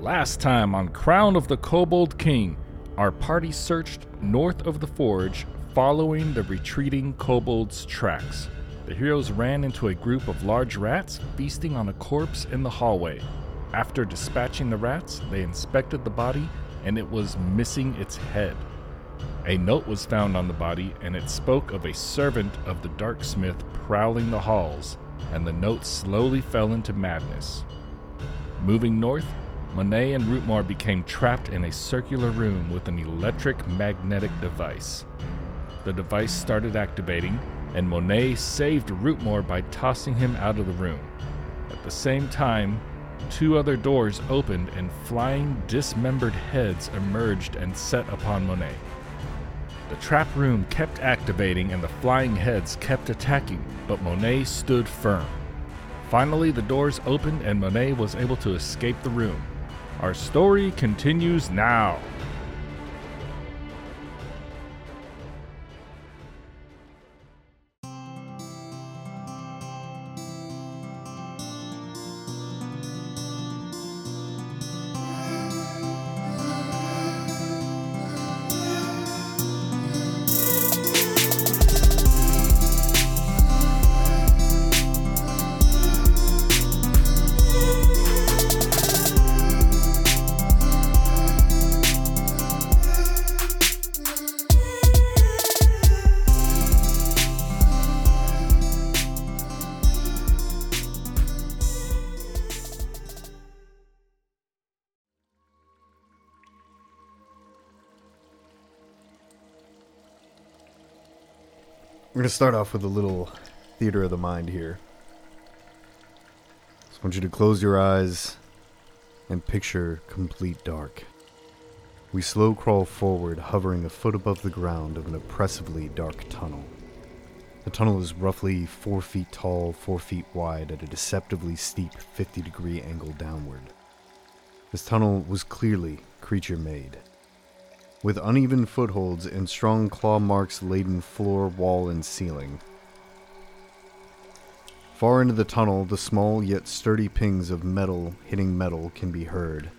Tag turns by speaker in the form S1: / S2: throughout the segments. S1: Last time on Crown of the Kobold King, our party searched north of the forge following the retreating kobold's tracks. The heroes ran into a group of large rats feasting on a corpse in the hallway. After dispatching the rats, they inspected the body and it was missing its head. A note was found on the body and it spoke of a servant of the darksmith prowling the halls, and the note slowly fell into madness. Moving north, Monet and Rootmore became trapped in a circular room with an electric magnetic device. The device started activating, and Monet saved Rootmore by tossing him out of the room. At the same time, two other doors opened and flying dismembered heads emerged and set upon Monet. The trap room kept activating and the flying heads kept attacking, but Monet stood firm. Finally, the doors opened and Monet was able to escape the room. Our story continues now.
S2: We're going to start off with a little theater of the mind here. Just want you to close your eyes and picture complete dark. We slow crawl forward, hovering a foot above the ground of an oppressively dark tunnel. The tunnel is roughly four feet tall, four feet wide, at a deceptively steep 50 degree angle downward. This tunnel was clearly creature made. With uneven footholds and strong claw marks laden floor, wall, and ceiling. Far into the tunnel, the small yet sturdy pings of metal hitting metal can be heard.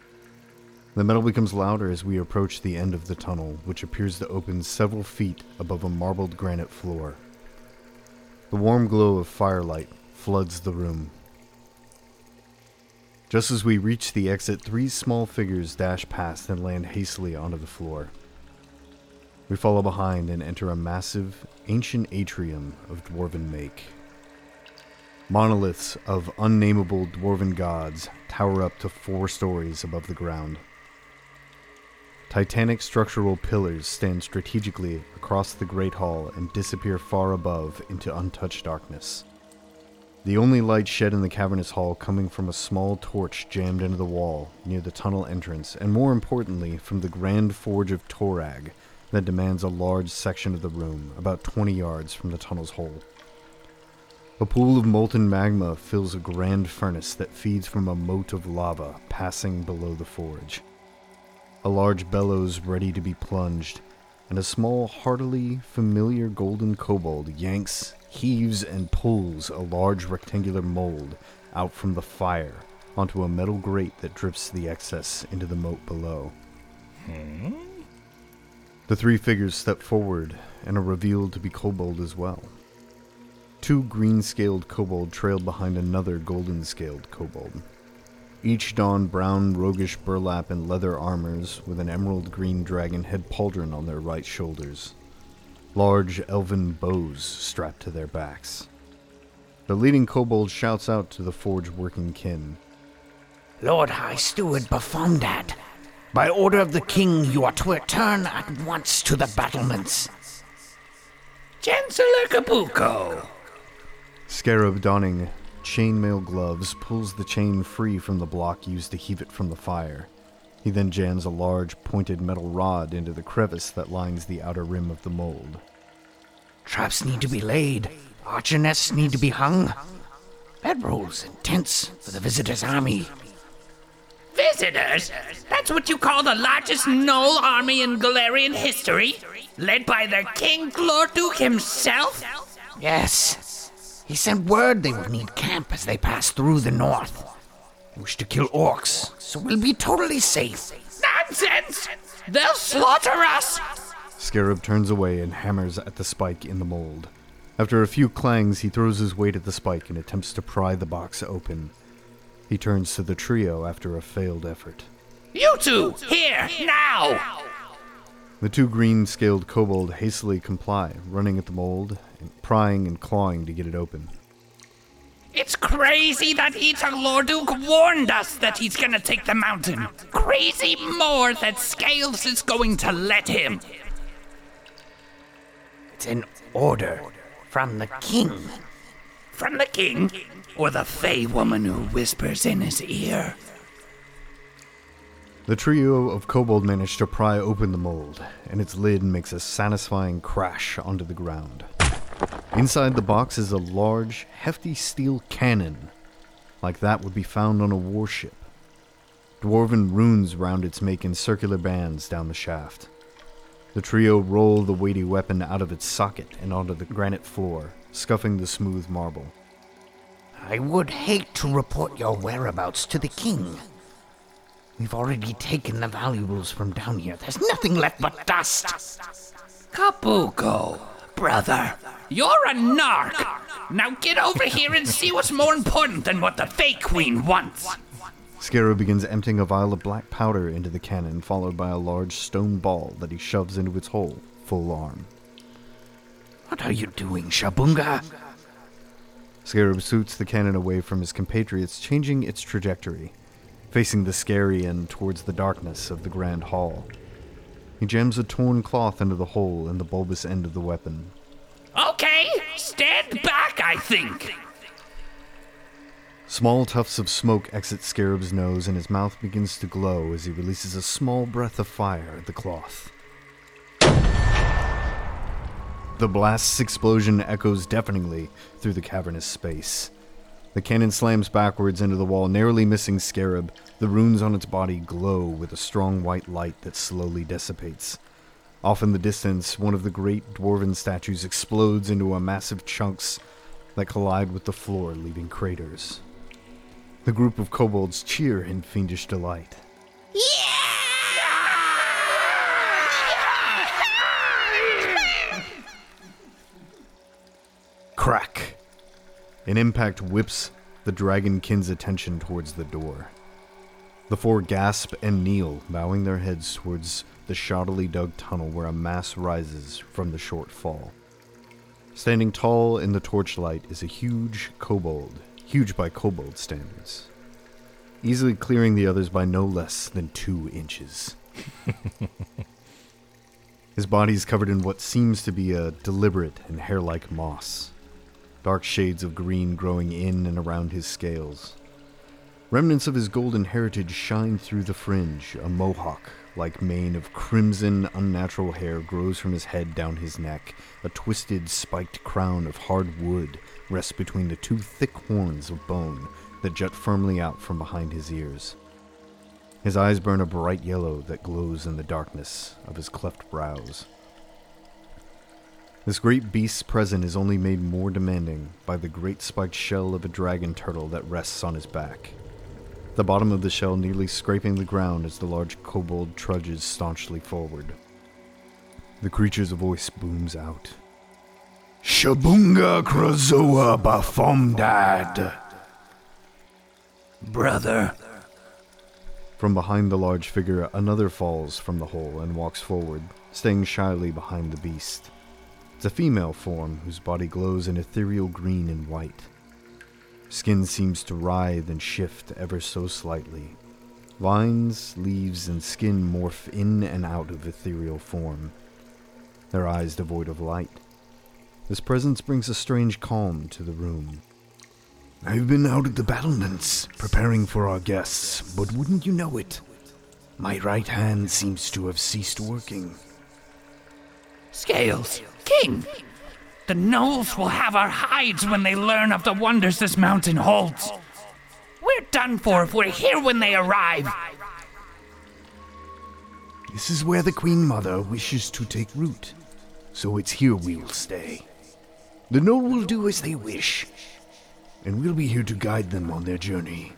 S2: The metal becomes louder as we approach the end of the tunnel, which appears to open several feet above a marbled granite floor. The warm glow of firelight floods the room. Just as we reach the exit, three small figures dash past and land hastily onto the floor. We follow behind and enter a massive, ancient atrium of dwarven make. Monoliths of unnameable dwarven gods tower up to four stories above the ground. Titanic structural pillars stand strategically across the Great Hall and disappear far above into untouched darkness. The only light shed in the cavernous hall coming from a small torch jammed into the wall near the tunnel entrance, and more importantly, from the grand forge of Torag that demands a large section of the room, about 20 yards from the tunnel's hole. A pool of molten magma fills a grand furnace that feeds from a moat of lava passing below the forge. A large bellows ready to be plunged, and a small, heartily familiar golden kobold yanks, heaves, and pulls a large rectangular mold out from the fire onto a metal grate that drips the excess into the moat below. The three figures step forward and are revealed to be kobold as well. Two green scaled kobold trailed behind another golden scaled kobold. Each don brown, roguish burlap and leather armors with an emerald green dragon head pauldron on their right shoulders, large elven bows strapped to their backs. The leading kobold shouts out to the forge working kin.
S3: Lord High Steward Bafondad, by order of the king, you are to return at once to the battlements. Chancellor Kabuko!
S2: Scarab donning chainmail gloves pulls the chain free from the block used to heave it from the fire. He then jams a large pointed metal rod into the crevice that lines the outer rim of the mold.
S3: Traps need to be laid, archer nests need to be hung, bedrolls and tents for the visitors' army.
S4: Visitors? That's what you call the largest knoll army in Galarian history? Led by the King Glorduk himself?
S3: Yes. He sent word they would need camp as they pass through the north. wish to kill orcs, so we'll be totally safe.
S4: Nonsense! They'll slaughter us!
S2: Scarab turns away and hammers at the spike in the mold. After a few clangs, he throws his weight at the spike and attempts to pry the box open. He turns to the trio after a failed effort.
S4: You two, here, now!
S2: The two green scaled kobold hastily comply, running at the mold and prying and clawing to get it open.
S4: It's crazy that Itak Lorduk warned us that he's gonna take the mountain. Crazy more that Scales is going to let him.
S3: It's an order from the king.
S4: From the king, or the Fey woman who whispers in his ear.
S2: The trio of kobold manage to pry open the mold, and its lid makes a satisfying crash onto the ground. Inside the box is a large, hefty steel cannon, like that would be found on a warship. Dwarven runes round its make in circular bands down the shaft. The trio roll the weighty weapon out of its socket and onto the granite floor, scuffing the smooth marble.
S3: I would hate to report your whereabouts to the king. We've already taken the valuables from down here. There's nothing left but dust.
S4: Kabuko, brother, you're a narc. Now get over here and see what's more important than what the Fey Queen wants.
S2: Scarab begins emptying a vial of black powder into the cannon, followed by a large stone ball that he shoves into its hole, full arm.
S3: What are you doing, Shabunga?
S2: Scarab shoots the cannon away from his compatriots, changing its trajectory, facing the scary end towards the darkness of the grand hall. He jams a torn cloth into the hole in the bulbous end of the weapon.
S4: Okay, stand back, I think.
S2: Small tufts of smoke exit Scarab's nose, and his mouth begins to glow as he releases a small breath of fire at the cloth. The blast's explosion echoes deafeningly through the cavernous space. The cannon slams backwards into the wall, narrowly missing Scarab. The runes on its body glow with a strong white light that slowly dissipates. Off in the distance, one of the great dwarven statues explodes into a massive chunks that collide with the floor, leaving craters. The group of kobolds cheer in fiendish delight. Crack! An impact whips the dragonkin's attention towards the door. The four gasp and kneel, bowing their heads towards the shoddily dug tunnel where a mass rises from the short fall. Standing tall in the torchlight is a huge kobold, huge by kobold standards, easily clearing the others by no less than two inches. His body is covered in what seems to be a deliberate and hair like moss, dark shades of green growing in and around his scales. Remnants of his golden heritage shine through the fringe. A mohawk like mane of crimson, unnatural hair grows from his head down his neck. A twisted, spiked crown of hard wood rests between the two thick horns of bone that jut firmly out from behind his ears. His eyes burn a bright yellow that glows in the darkness of his cleft brows. This great beast's present is only made more demanding by the great spiked shell of a dragon turtle that rests on his back. The bottom of the shell nearly scraping the ground as the large kobold trudges staunchly forward. The creature's voice booms out.
S3: Shabunga Krazoa Bafomdad.
S4: Brother,
S2: From behind the large figure, another falls from the hole and walks forward, staying shyly behind the beast. It's a female form whose body glows in ethereal green and white. Skin seems to writhe and shift ever so slightly. Vines, leaves, and skin morph in and out of ethereal form, their eyes devoid of light. This presence brings a strange calm to the room.
S3: I've been out at the battlements, preparing for our guests, but wouldn't you know it? My right hand seems to have ceased working.
S4: Scales, King! The gnolls will have our hides when they learn of the wonders this mountain holds. We're done for if we're here when they arrive.
S3: This is where the Queen Mother wishes to take root, so it's here we'll stay. The Knoll will do as they wish, and we'll be here to guide them on their journey.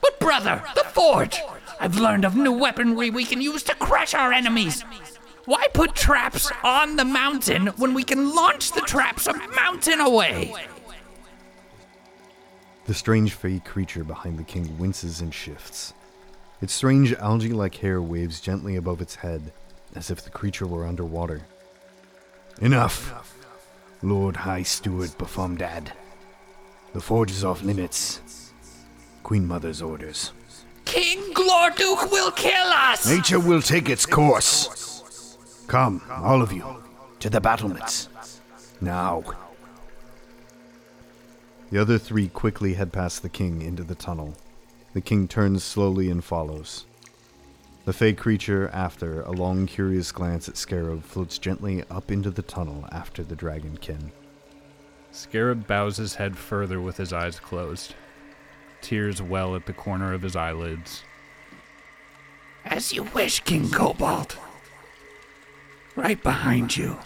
S4: But brother, the Forge. I've learned of new weaponry we can use to crush our enemies. Why put traps on the mountain when we can launch the traps a mountain away?
S2: The strange fey creature behind the king winces and shifts. Its strange algae like hair waves gently above its head, as if the creature were underwater.
S3: Enough! Lord High Steward Bafomdad. The forge is off limits. Queen Mother's orders.
S4: King Glorduke will kill us!
S3: Nature will take its course. Come, all of you, to the battlements. Now.
S2: The other three quickly head past the king into the tunnel. The king turns slowly and follows. The fey creature, after a long, curious glance at Scarab, floats gently up into the tunnel after the dragonkin.
S5: Scarab bows his head further with his eyes closed. Tears well at the corner of his eyelids.
S4: As you wish, King Cobalt. Right behind you.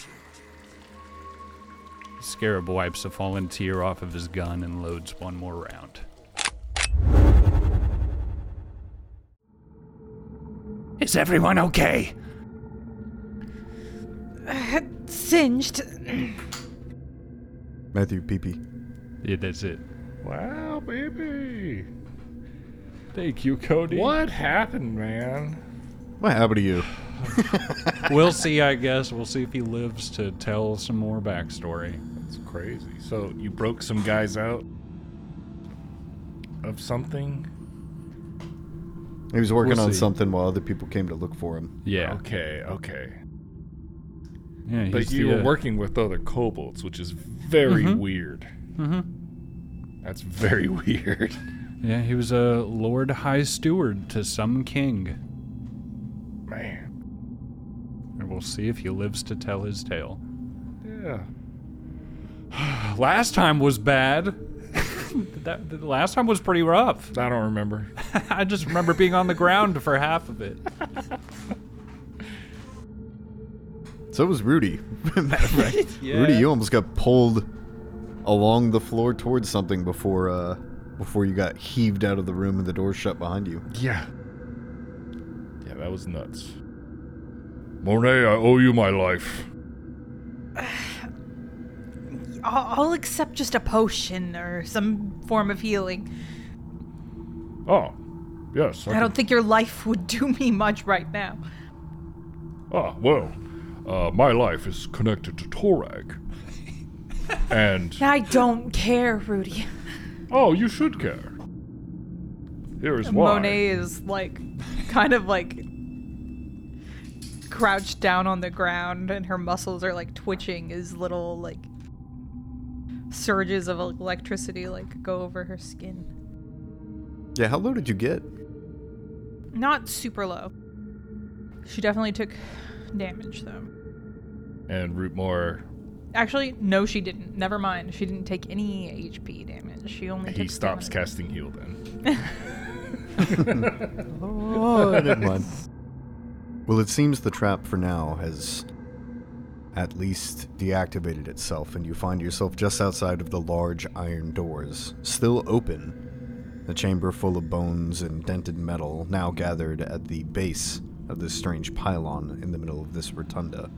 S5: Scarab wipes a fallen tear off of his gun and loads one more round.
S4: Is everyone okay?
S6: Uh, Singed.
S2: Matthew Peepee.
S5: Yeah, that's it.
S1: Wow, baby.
S5: Thank you, Cody.
S1: What happened, man?
S2: What happened to you?
S5: we'll see, I guess. We'll see if he lives to tell some more backstory.
S1: That's crazy. So you broke some guys out of something?
S2: He was working
S5: We'll
S2: on
S5: see.
S2: something while other people came to look for him.
S5: Yeah.
S1: Okay, okay.
S5: yeah
S1: But
S5: he's
S1: you
S5: the,
S1: were
S5: uh,
S1: working with other kobolds, which is very weird. Mm-hmm. That's very weird.
S5: Yeah, he was a Lord High Steward to some king.
S1: Man.
S5: And we'll see if he lives to tell his tale.
S1: Yeah.
S5: Last time was bad. that, the last time was pretty rough.
S1: I don't remember.
S5: I just remember being on the ground for half of it.
S2: So was Rudy. Rudy, you almost got pulled along the floor towards something before uh before you got heaved out of the room and the door shut behind you.
S1: Yeah. Yeah, that was nuts. Monet, I owe you my life.
S6: I'll, I'll accept just a potion or some form of healing.
S1: Oh, yes.
S6: I don't think your life would do me much right now.
S1: Ah, well, uh, my life is connected to Torag. and,
S6: I don't care, Rudy.
S1: oh, you should care. Here is why.
S6: Monet is like, kind of like, crouched down on the ground, and her muscles are like twitching as little like surges of electricity like go over her skin.
S2: Yeah, how low did you get?
S6: Not super low. She definitely took damage though.
S1: And Rootmore,
S6: Actually, no, she didn't. Never mind. She didn't take any HP damage. She only
S1: he
S6: took
S1: stops
S6: stamina.
S1: casting heal then.
S2: Oh, never mind. Well, it seems the trap for now has at least deactivated itself, and you find yourself just outside of the large iron doors, still open. The chamber full of bones and dented metal, now gathered at the base of this strange pylon in the middle of this rotunda.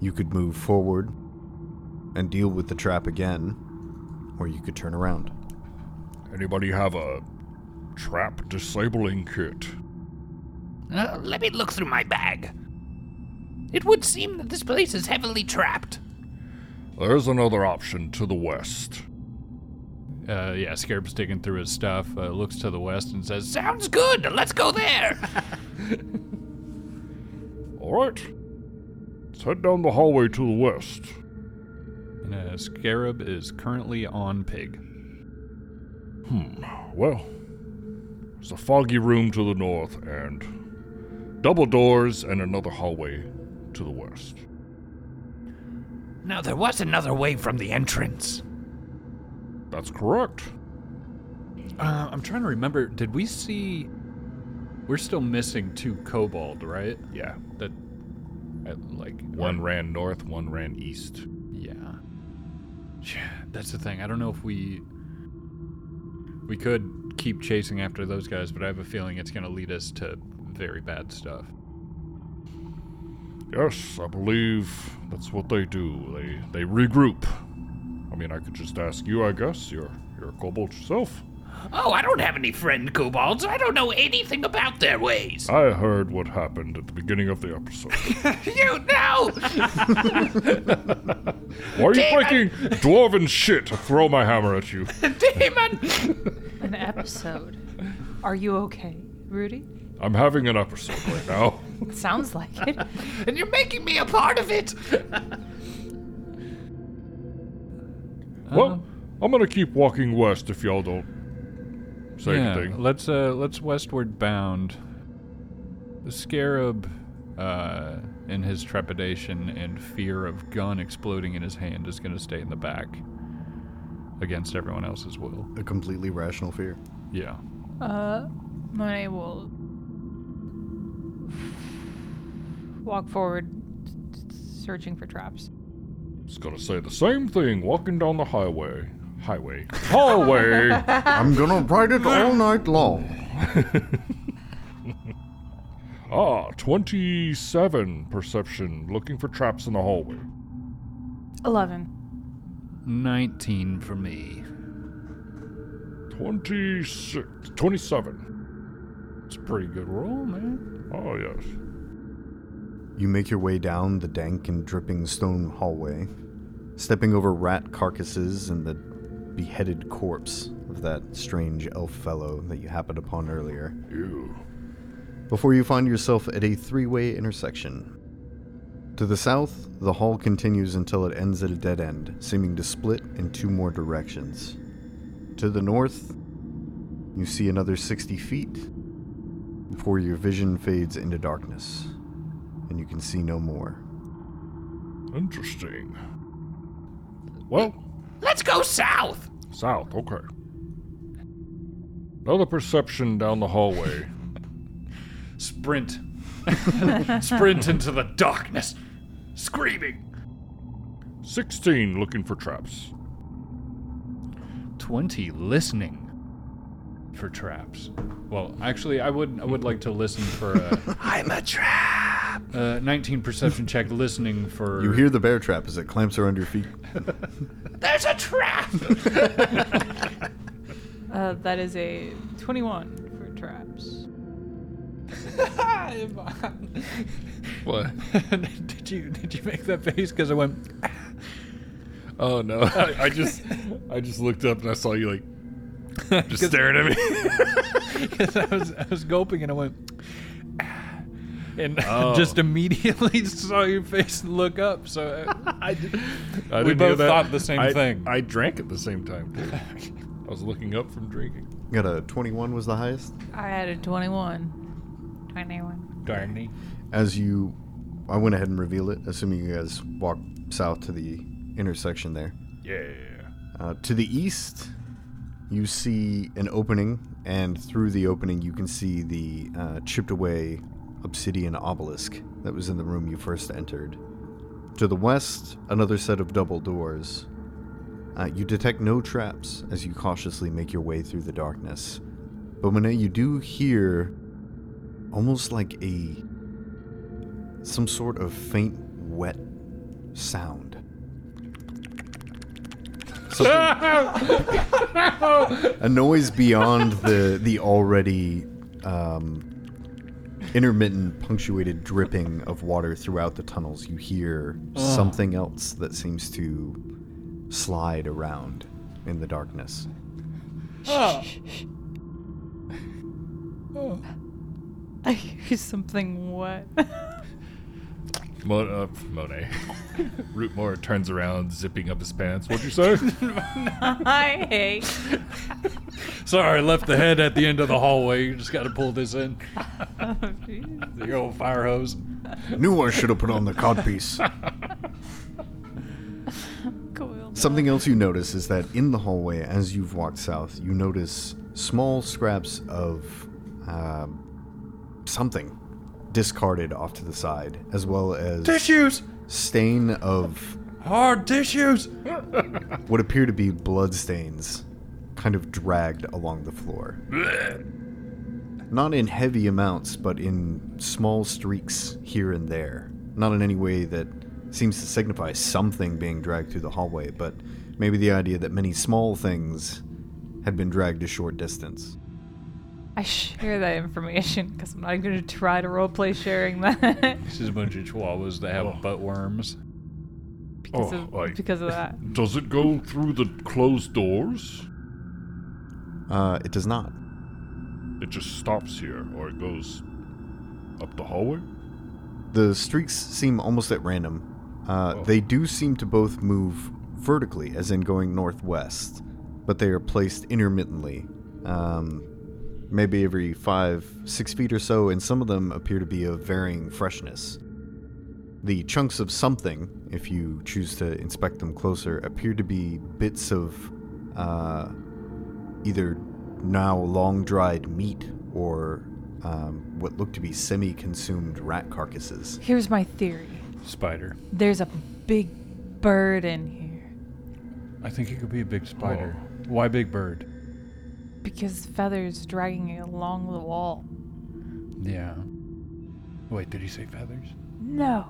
S2: You could move forward and deal with the trap again, or you could turn around.
S1: Anybody have a trap disabling kit?
S4: Uh, let me look through my bag. It would seem that this place is heavily trapped.
S1: There's another option to the west.
S5: Uh, yeah, Scarab's digging through his stuff, uh, looks to the west and says,
S4: Sounds good. Let's go there.
S1: All right. Let's head down the hallway to the west.
S5: And, uh, Scarab is currently on pig.
S1: Well, there's a foggy room to the north and double doors and another hallway to the west.
S4: now, there was another way from the entrance.
S1: That's correct.
S5: Uh, I'm trying to remember. Did we see? We're still missing two kobold, right?
S1: Yeah.
S5: That, uh, like
S1: One ran north, one ran east.
S5: Yeah. Yeah. That's the thing. I don't know if we. We could keep chasing after those guys, but I have a feeling it's going to lead us to very bad stuff.
S1: Yes, I believe that's what they do. They they regroup. I mean, I could just ask you, I guess. You're you're a kobold yourself.
S4: Oh, I don't have any friend kobolds. I don't know anything about their ways.
S1: I heard what happened at the beginning of the episode.
S4: You know!
S1: Why are you
S4: Damon!
S1: breaking dwarven shit to throw my hammer at you?
S4: Demon!
S6: An episode. Are you okay, Rudy?
S1: I'm having an episode right now.
S6: Sounds like it.
S4: And you're making me a part of it!
S1: Well, I'm gonna keep walking west if y'all don't say anything.
S5: let's uh, let's westward bound. The scarab, uh, in his trepidation and fear of gun exploding in his hand, is going to stay in the back against everyone else's will.
S2: A completely rational fear.
S5: Yeah.
S6: Uh, I will walk forward, searching for traps.
S1: It's gonna say the same thing walking down the highway. Highway. Hallway!
S2: I'm gonna ride it all night long.
S1: ah, 27 perception, looking for traps in the hallway.
S6: Eleven.
S5: 19 for me.
S1: 26. 27.
S5: It's a pretty good roll, man.
S1: Oh, yes.
S2: You make your way down the dank and dripping stone hallway, stepping over rat carcasses and the beheaded corpse of that strange elf fellow that you happened upon earlier.
S1: Ew.
S2: before you find yourself at a three way intersection. To the south, the hall continues until it ends at a dead end, seeming to split in two more directions. To the north, you see another 60 feet before your vision fades into darkness, and you can see no more.
S1: Interesting. Well,
S4: Let's go south!
S1: south, okay. Another perception down the hallway.
S5: Sprint. Sprint into the darkness. Screaming.
S1: 16 looking for traps.
S5: 20 listening for traps. Well, actually, I would I would like to listen for uh, a,
S4: I'm a trap!
S5: a 19 Uh, perception check listening for
S2: You hear the bear trap as it clamps around your feet.
S4: There's a trap!
S6: Uh, that is a twenty-one for traps.
S1: What?
S5: did you did you make that face cuz I went
S1: Oh no! I, I just, I just looked up and I saw you like, just staring at me.
S5: I was I was gulping and I went and just immediately saw your face look up. So uh, I,
S1: I didn't do
S5: We both
S1: that.
S5: thought the same
S1: I-
S5: thing.
S1: I drank at the same time too. I was looking up from drinking.
S2: Got a 21 was the highest.
S6: I had a twenty-one. Twenty-one.
S5: Darny.
S2: as you i went ahead and reveal it assuming you guys walk south to the intersection there
S1: Yeah.
S2: uh, to the east you see an opening and through the opening you can see the uh, chipped away obsidian obelisk that was in the room you first entered to the west another set of double doors uh, you detect no traps as you cautiously make your way through the darkness but Monet, you do hear almost like a some sort of faint wet sound. Something- a noise beyond the the already um, intermittent, punctuated dripping of water throughout the tunnels. You hear something else that seems to slide around in the darkness.
S6: I hear something wet.
S1: Mo- uh, Monet. Rootmore turns around, zipping up his pants. What'd you say?
S6: I hate.
S5: Sorry, I left the head at the end of the hallway. You just got to pull this in.
S6: Oh, geez.
S5: The old fire hose.
S2: Knew I should have put on the codpiece.
S6: Cool.
S2: Something else you notice is that in the hallway, as you've walked south, you notice small scraps of um, something discarded off to the side, as well as
S5: Tissues.
S2: stain of
S5: Hard tissues.
S2: what appear to be blood stains kind of dragged along the floor. Not in heavy amounts, but in small streaks here and there. Not in any way that seems to signify something being dragged through the hallway, but maybe the idea that many small things had been dragged a short distance.
S6: I share that information because I'm not going to try to roleplay sharing that
S5: This is a bunch of chihuahuas that have butt worms.
S6: because,
S1: Oh,
S6: of,
S1: like-
S6: because of that.
S1: Does it go through the closed doors?
S2: Uh, it does not.
S1: It just stops here, or it goes up the hallway?
S2: The streaks seem almost at random. Uh, They do seem to both move vertically, as in going northwest, but they are placed intermittently, um, maybe every five, six feet or so, and some of them appear to be of varying freshness. The chunks of something, if you choose to inspect them closer, appear to be bits of uh, either now long dried meat or um, what look to be semi consumed rat carcasses.
S6: Here's my theory
S5: Spider.
S6: there's a big bird in here
S5: I think it could be a big spider. Why big bird?
S6: because Feather's dragging it along the wall.
S5: Yeah. Wait, did he say feathers?
S6: No.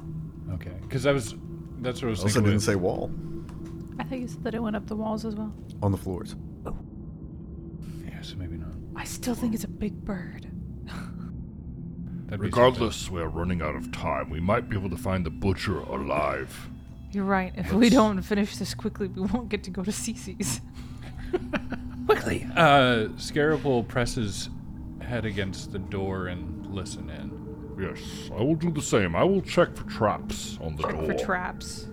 S5: Okay. Because I was. That's what I was
S2: Also
S5: thinking.
S2: didn't
S5: with-
S2: say wall
S6: I thought you said that it went up the walls as well.
S2: on the floors.
S5: Yeah, so maybe not.
S6: I still think it's a big bird.
S5: That'd be something.
S1: Regardless, we're running out of time. We might be able to find the butcher alive.
S6: You're right. If we don't finish this quickly, we won't get to go to Cece's.
S5: Quickly. Uh, Scarable presses head against the door and listen in.
S1: Yes, I will do the same. I will check for traps on the
S6: Check
S1: door.
S6: for traps.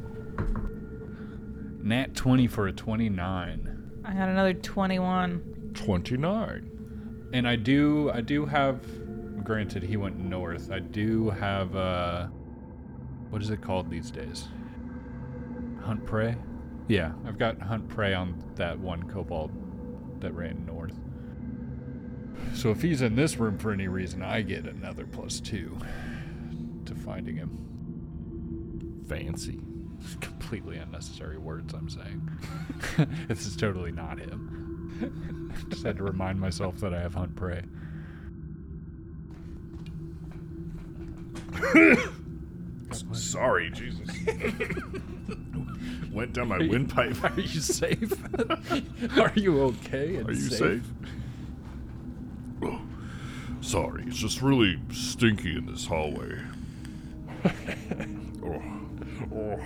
S5: Nat 20 for a 29.
S6: I got another 21.
S1: 29.
S5: And I do, I do have. Granted, he went north. I do have. Uh, what is it called these days? Hunt prey. Yeah, I've got hunt prey on that one kobold that ran north. So if he's in this room for any reason, I get another plus two to finding him.
S1: Fancy.
S5: Completely unnecessary words I'm saying. this is totally not him. Just had to remind myself that I have hunt prey.
S1: Sorry, Jesus. Went down my windpipe.
S5: Are you safe? Are you okay? and
S1: Are you safe? Oh, sorry, it's just really stinky in this hallway. oh, oh.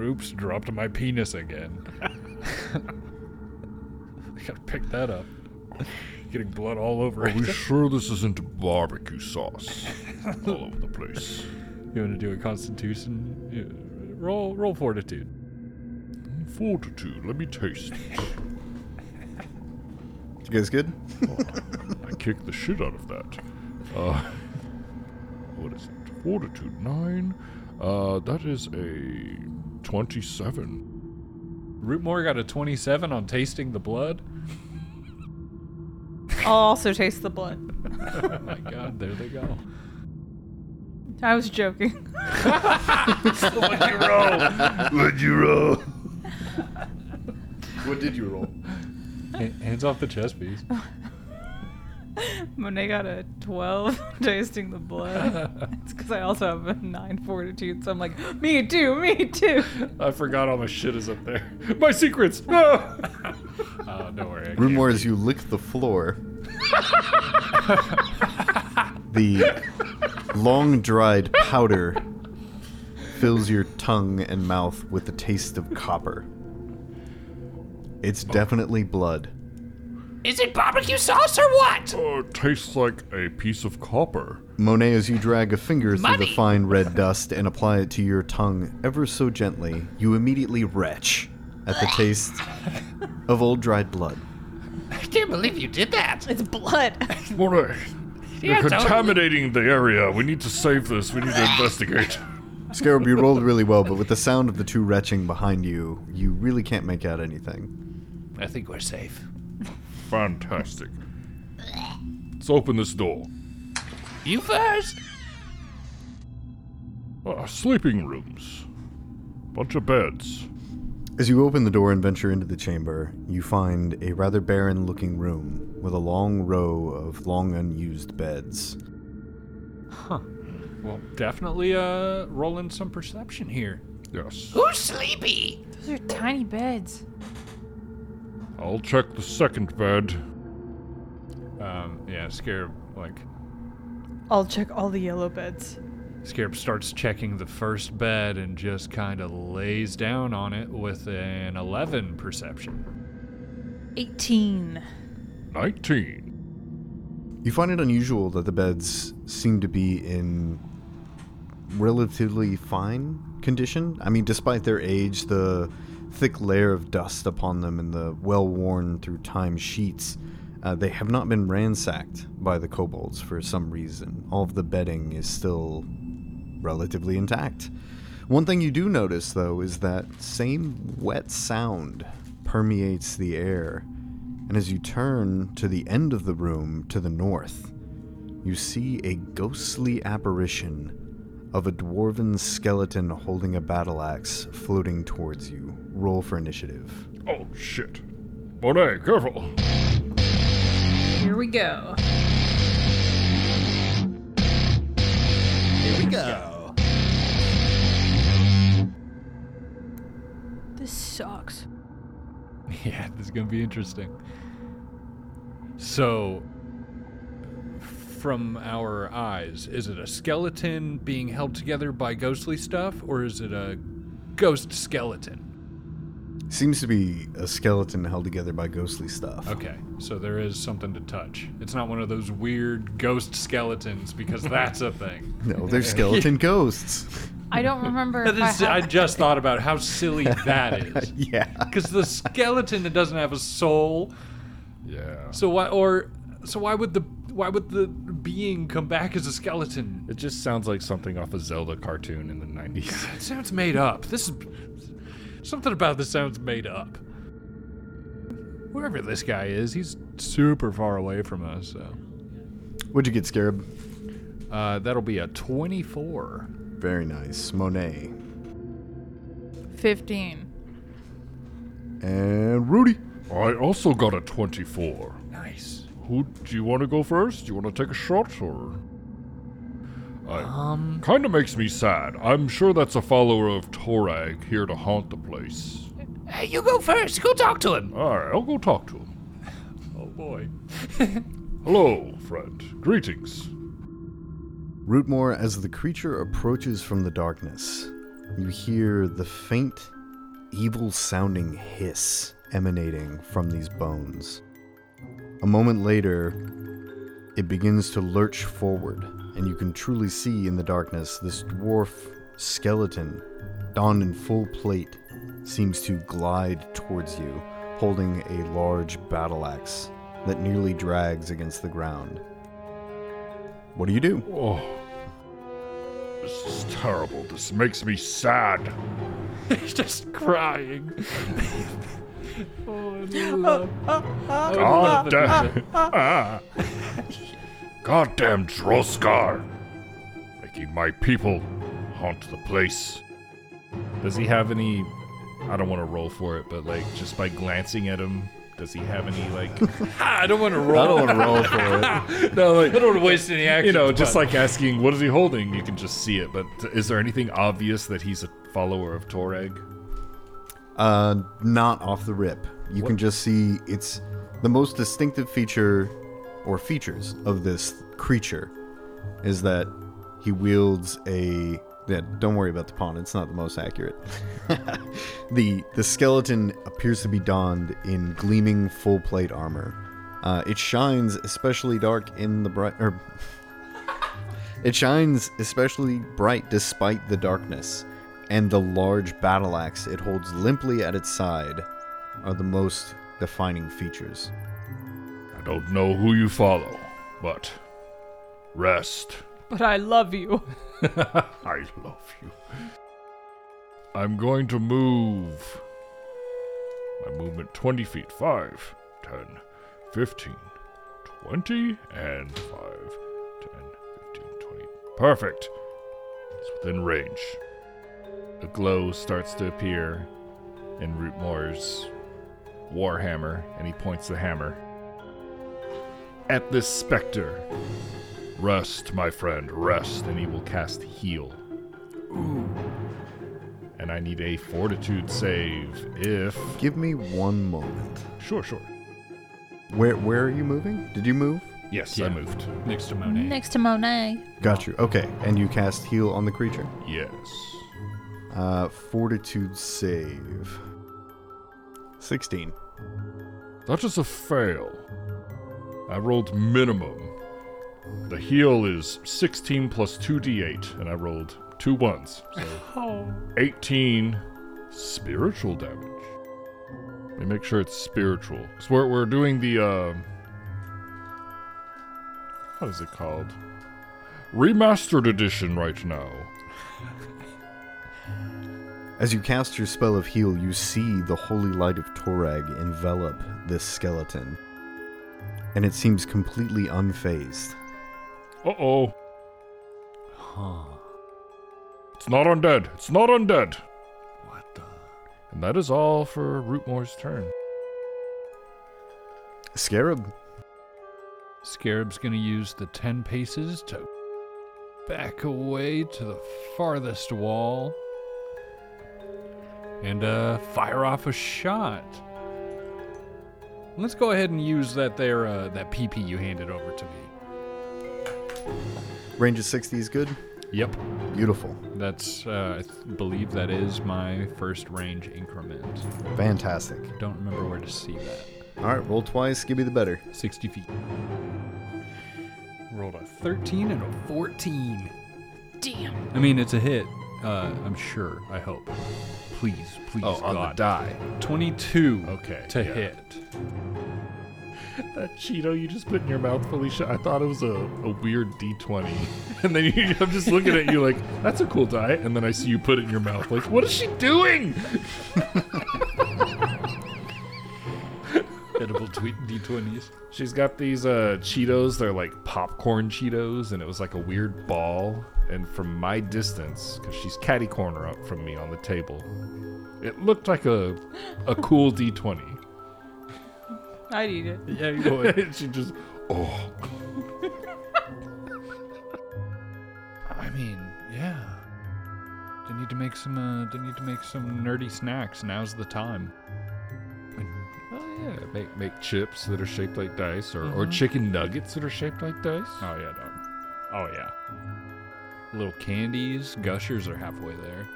S5: Oops, dropped my penis again. I gotta pick that up. Getting blood all over
S1: Are we
S5: it.
S1: sure this isn't barbecue sauce all over the place?
S5: You wanna do a constitution? uh, Roll, roll fortitude.
S1: Fortitude, let me taste it.
S2: You guys good?
S1: I kicked the shit out of that. Uh, what is it? Fortitude 9. Uh, that is a 27.
S5: Rootmore got a 27 on tasting the blood.
S6: I'll also taste the blood.
S5: Oh my god, there they go.
S6: I was joking.
S1: What'd you roll?
S2: What did you roll?
S5: Ha- Hands off the chess piece.
S6: Monet got a 12 tasting the blood. It's because I also have a 9 fortitude, so I'm like, me too, me too.
S5: I forgot all my shit is up there. My secrets! No! Oh, don't worry. I
S2: Rumor as you lick the floor. the long dried powder fills your tongue and mouth with the taste of copper. It's definitely blood.
S4: Is it barbecue sauce or what?
S1: Uh, tastes like a piece of copper.
S2: Monet, as you drag a finger through the
S4: Money.
S2: fine red dust and apply it to your tongue ever so gently, you immediately retch at the taste of old dried blood.
S4: I can't believe you did that.
S6: It's blood.
S1: Monet,
S4: Yeah,
S1: you're
S4: totally.
S1: contaminating the area. We need to save this. We need to investigate.
S2: Scarab, you rolled really well, but with the sound of the two retching behind you, you really can't make out anything.
S4: I think we're safe.
S1: Fantastic. Let's open this door.
S4: You first.
S1: Ah, Uh, sleeping rooms. Bunch of beds.
S2: As you open the door and venture into the chamber, you find a rather barren looking room with a long row of long unused beds.
S5: Well, definitely uh, roll in some perception here.
S1: Yes.
S4: Who's sleepy?
S6: Those are tiny beds.
S1: I'll check the second bed.
S5: Um, yeah, Scarab like
S6: I'll check all the yellow beds.
S5: Scarab starts checking the first bed and just kind of lays down on it with an 11 perception.
S6: 18.
S1: 19.
S2: You find it unusual that the beds seem to be in relatively fine condition. I mean, despite their age, the thick layer of dust upon them, and the well worn through time sheets, uh, they have not been ransacked by the kobolds for some reason. All of the bedding is still relatively intact. One thing you do notice, though, is that same wet sound permeates the air. And as you turn to the end of the room to the north, you see a ghostly apparition of a dwarven skeleton holding a battle axe floating towards you. Roll for initiative.
S1: Oh, shit. Monet, careful.
S6: Here we go.
S7: Here we go.
S6: This sucks.
S5: yeah, this is going to be interesting. So, from our eyes, is it a skeleton being held together by ghostly stuff, or is it a ghost skeleton?
S2: Seems to be a skeleton held together by ghostly stuff.
S5: Okay, so there is something to touch. It's not one of those weird ghost skeletons because that's a thing.
S2: No, they're skeleton ghosts.
S6: I don't remember.
S5: That
S6: if I
S5: is, I
S6: had-
S5: just thought about how silly that is.
S2: Yeah.
S5: Because the skeleton that doesn't have a soul.
S1: Yeah.
S5: So why or so why would the why would the being come back as a skeleton?
S1: It just sounds like something off a Zelda cartoon in the 90s.
S5: It sounds made up. This is something about this sounds made up. Wherever this guy is, he's super far away from us. So
S2: What'd you get, Scarab?
S5: uh, that'll be a twenty-four.
S2: Very nice. Monet.
S6: 15.
S2: And Rudy.
S1: I also got a 24.
S5: Nice.
S1: Who do you want to go first? Do you want to take a shot or? I, um. Kind of makes me sad. I'm sure that's a follower of Torag here to haunt the place.
S4: Hey, you go first. Go talk to him.
S1: All right, I'll go talk to him.
S5: Oh boy.
S1: Hello, friend. Greetings.
S2: Rootmore, as the creature approaches from the darkness, you hear the faint, evil sounding hiss emanating from these bones. A moment later, it begins to lurch forward, and you can truly see in the darkness this dwarf skeleton, donned in full plate, seems to glide towards you, holding a large battle axe that nearly drags against the ground. What do you do?
S1: Oh. This is terrible. This makes me sad.
S5: He's just crying. oh, I love- I love
S1: God
S5: it.
S1: damn. Ah. God damn Droskar. Making my people haunt the place.
S8: Does he have any? I don't want to roll for it, but like just by glancing at him, does he have any like?
S5: I don't want to roll. I don't want to roll for it. no, like, I don't want to waste any action.
S8: you know, just like asking what is he holding, you can just see it. But is there anything obvious that he's a follower of Toreg?
S2: Uh, not off the rip. You can just see it's the most distinctive feature or features of this creature is that he wields a. Yeah, don't worry about the pawn. It's not the most accurate. the The skeleton appears to be donned in gleaming full plate armor. Uh, it shines especially dark in the bright. Or it shines especially bright despite the darkness, and the large battle axe it holds limply at its side are the most defining features.
S1: I don't know who you follow, but rest.
S6: But I love you.
S1: I love you. I'm going to move. My movement 20 feet 5, 10, 15, 20, and 5, 10, 15, 20. Perfect. It's within range.
S8: The glow starts to appear
S1: and Rootmore's warhammer, and he points the hammer at this specter. Rest, my friend, rest, and he will cast heal. Ooh. And I need a fortitude save if.
S2: Give me one moment.
S1: Sure, sure.
S2: Where where are you moving? Did you move?
S1: Yes, I
S5: Yeah.
S1: moved.
S5: Next to Monet.
S6: Next to Monet.
S2: Got you. Okay, and you cast heal on the creature.
S1: Yes.
S2: Uh, fortitude save. Sixteen.
S1: That is a fail. I rolled minimum. The heal is 16 plus 2d8, and I rolled two ones. So 18 spiritual damage. Let me make sure it's spiritual. Because we're, we're doing the. Uh, what is it called? Remastered edition right now.
S2: As you cast your spell of heal, you see the holy light of Torag envelop this skeleton, and it seems completely unfazed.
S1: Uh oh. It's not undead. It's not undead.
S9: What the?
S1: And that is all for Rootmore's turn.
S2: Scarab,
S5: Scarab's gonna use the 10 paces to back away to the farthest wall and uh, fire off a shot. Let's go ahead and use that there uh, that PP you handed over to me.
S2: range of sixty is good.
S5: Yep,
S2: Beautiful,
S5: that's uh, I th- believe that is my first range increment.
S2: fantastic.
S5: Don't remember where to see that.
S2: All right, roll twice. Give me the better.
S5: 60 feet. Rolled a 13 and a 14. Damn. I mean, it's a hit. Uh, I'm sure. I hope. Please, please, God.
S1: Oh, die.
S5: 22
S1: Okay,
S5: to
S1: yeah.
S5: hit.
S1: That Cheeto you just put in your mouth, Felicia, I thought it was a, a weird D20. And then you, I'm just looking at you like, that's a cool die. And then I see you put it in your mouth. Like, what is she doing?
S5: Edible tweet d20s.
S1: She's got these uh, Cheetos. They're like popcorn Cheetos. And it was like a weird ball. And from my distance, because she's catty corner up from me on the table, it looked like a, a cool D20.
S10: I'd eat it.
S5: Yeah, you would.
S1: she just, oh,
S5: I mean, yeah. They need to make some. Uh, they need to make some nerdy snacks. Now's the time.
S1: Oh yeah, make make chips that are shaped like dice, or, or chicken nuggets that are shaped like dice.
S5: Oh yeah, dog. Oh yeah. Little candies, gushers are halfway there.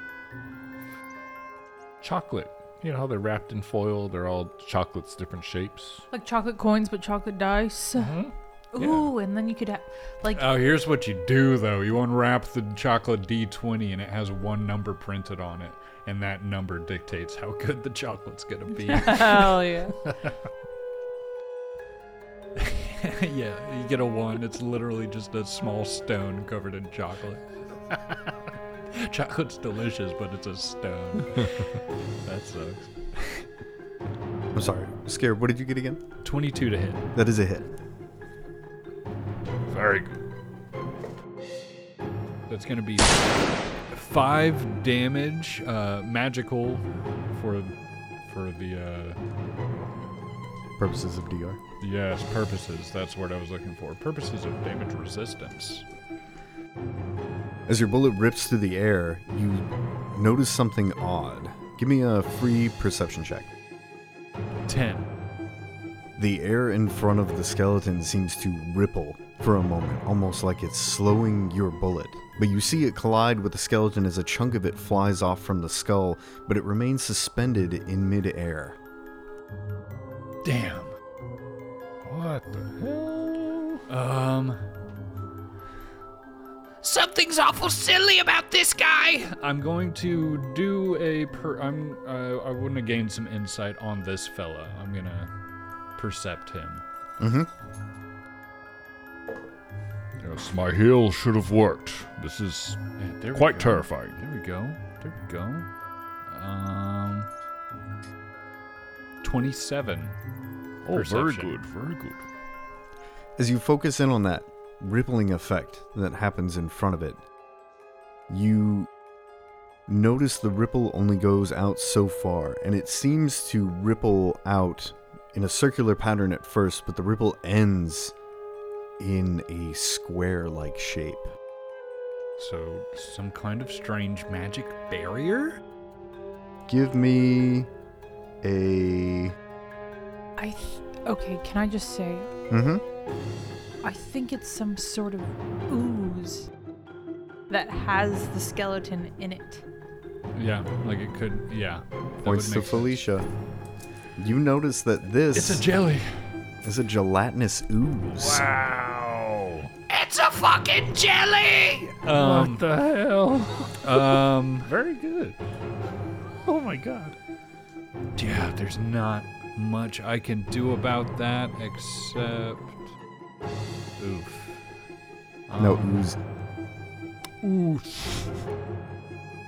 S1: Chocolate. You know how they're wrapped in foil? They're all chocolates, different shapes.
S6: Like chocolate coins, but chocolate dice.
S5: Mm-hmm.
S6: Ooh, and then you could have, like,
S5: Oh, here's what you do though. You unwrap the chocolate D20 and it has one number printed on it, and that number dictates how good the chocolate's gonna be. yeah,
S10: Hell yeah.
S5: you get a one. It's literally just a small stone covered in chocolate. Chocolate's delicious, but it's a stone. that sucks.
S2: I'm sorry, Scarab. What did you get again?
S5: 22 to hit.
S2: That is a hit.
S1: Very good.
S5: That's gonna be five damage, uh, magical, for for the uh,
S2: Purposes of DR.
S5: yes purposes. That's what I was looking for. Purposes of damage resistance.
S2: As your bullet rips through the air, you notice something odd. Give me a free perception check.
S5: Ten.
S2: The air in front of the skeleton seems to ripple for a moment, almost like it's slowing your bullet. But you see it collide with the skeleton as a chunk of it flies off from the skull, but it remains suspended in midair.
S5: Damn.
S1: What the hell?
S5: Um,
S11: Something's awful silly about this guy.
S5: I'm going to do a per. I'm. Uh, I want to gain some insight on this fella. I'm gonna percept him.
S2: Mm-hmm.
S1: Yes, my heel should have worked. This is
S5: Yeah, Eh, there we
S1: quite
S5: go.
S1: terrifying.
S5: There we go. There we go. Um, 27.
S1: Oh,
S5: Perception.
S1: very good, very good.
S2: As you focus in on that rippling effect that happens in front of it, you Notice the ripple only goes out so far, and it seems to ripple out in a circular pattern at first, but the ripple ends in a square like shape.
S5: So, some kind of strange magic barrier?
S2: Give me a.
S12: I. Th- okay, can I just say?
S2: Mm hmm.
S12: I think it's some sort of ooze that has the skeleton in it.
S5: Yeah, like it could. Yeah. that
S2: Points
S5: would
S2: to
S5: make sense.
S2: Felicia. You notice that this
S5: It's a jelly.
S2: is a gelatinous ooze.
S1: Wow.
S4: It's a fucking jelly!
S1: what the hell?
S5: Um.
S1: Very good. Oh my god.
S5: Yeah, there's not much I can do about that except. Oof.
S2: No, ooze.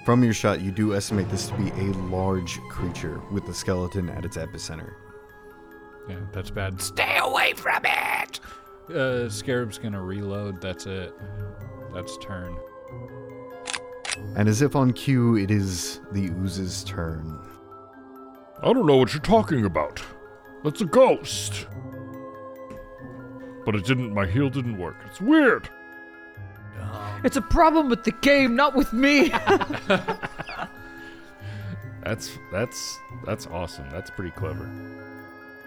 S2: From your shot, you do estimate this to be a large creature with the skeleton at its epicenter.
S5: Yeah, that's bad.
S4: Stay away from it!
S5: Uh, Scarab's gonna reload. That's it. That's turn.
S2: And as if on cue, it is the ooze's turn.
S8: I don't know what you're talking about. That's a ghost. But it didn't, my heal didn't work. It's weird.
S12: It's a problem with the game, not with me.
S1: That's that's that's awesome. That's pretty clever.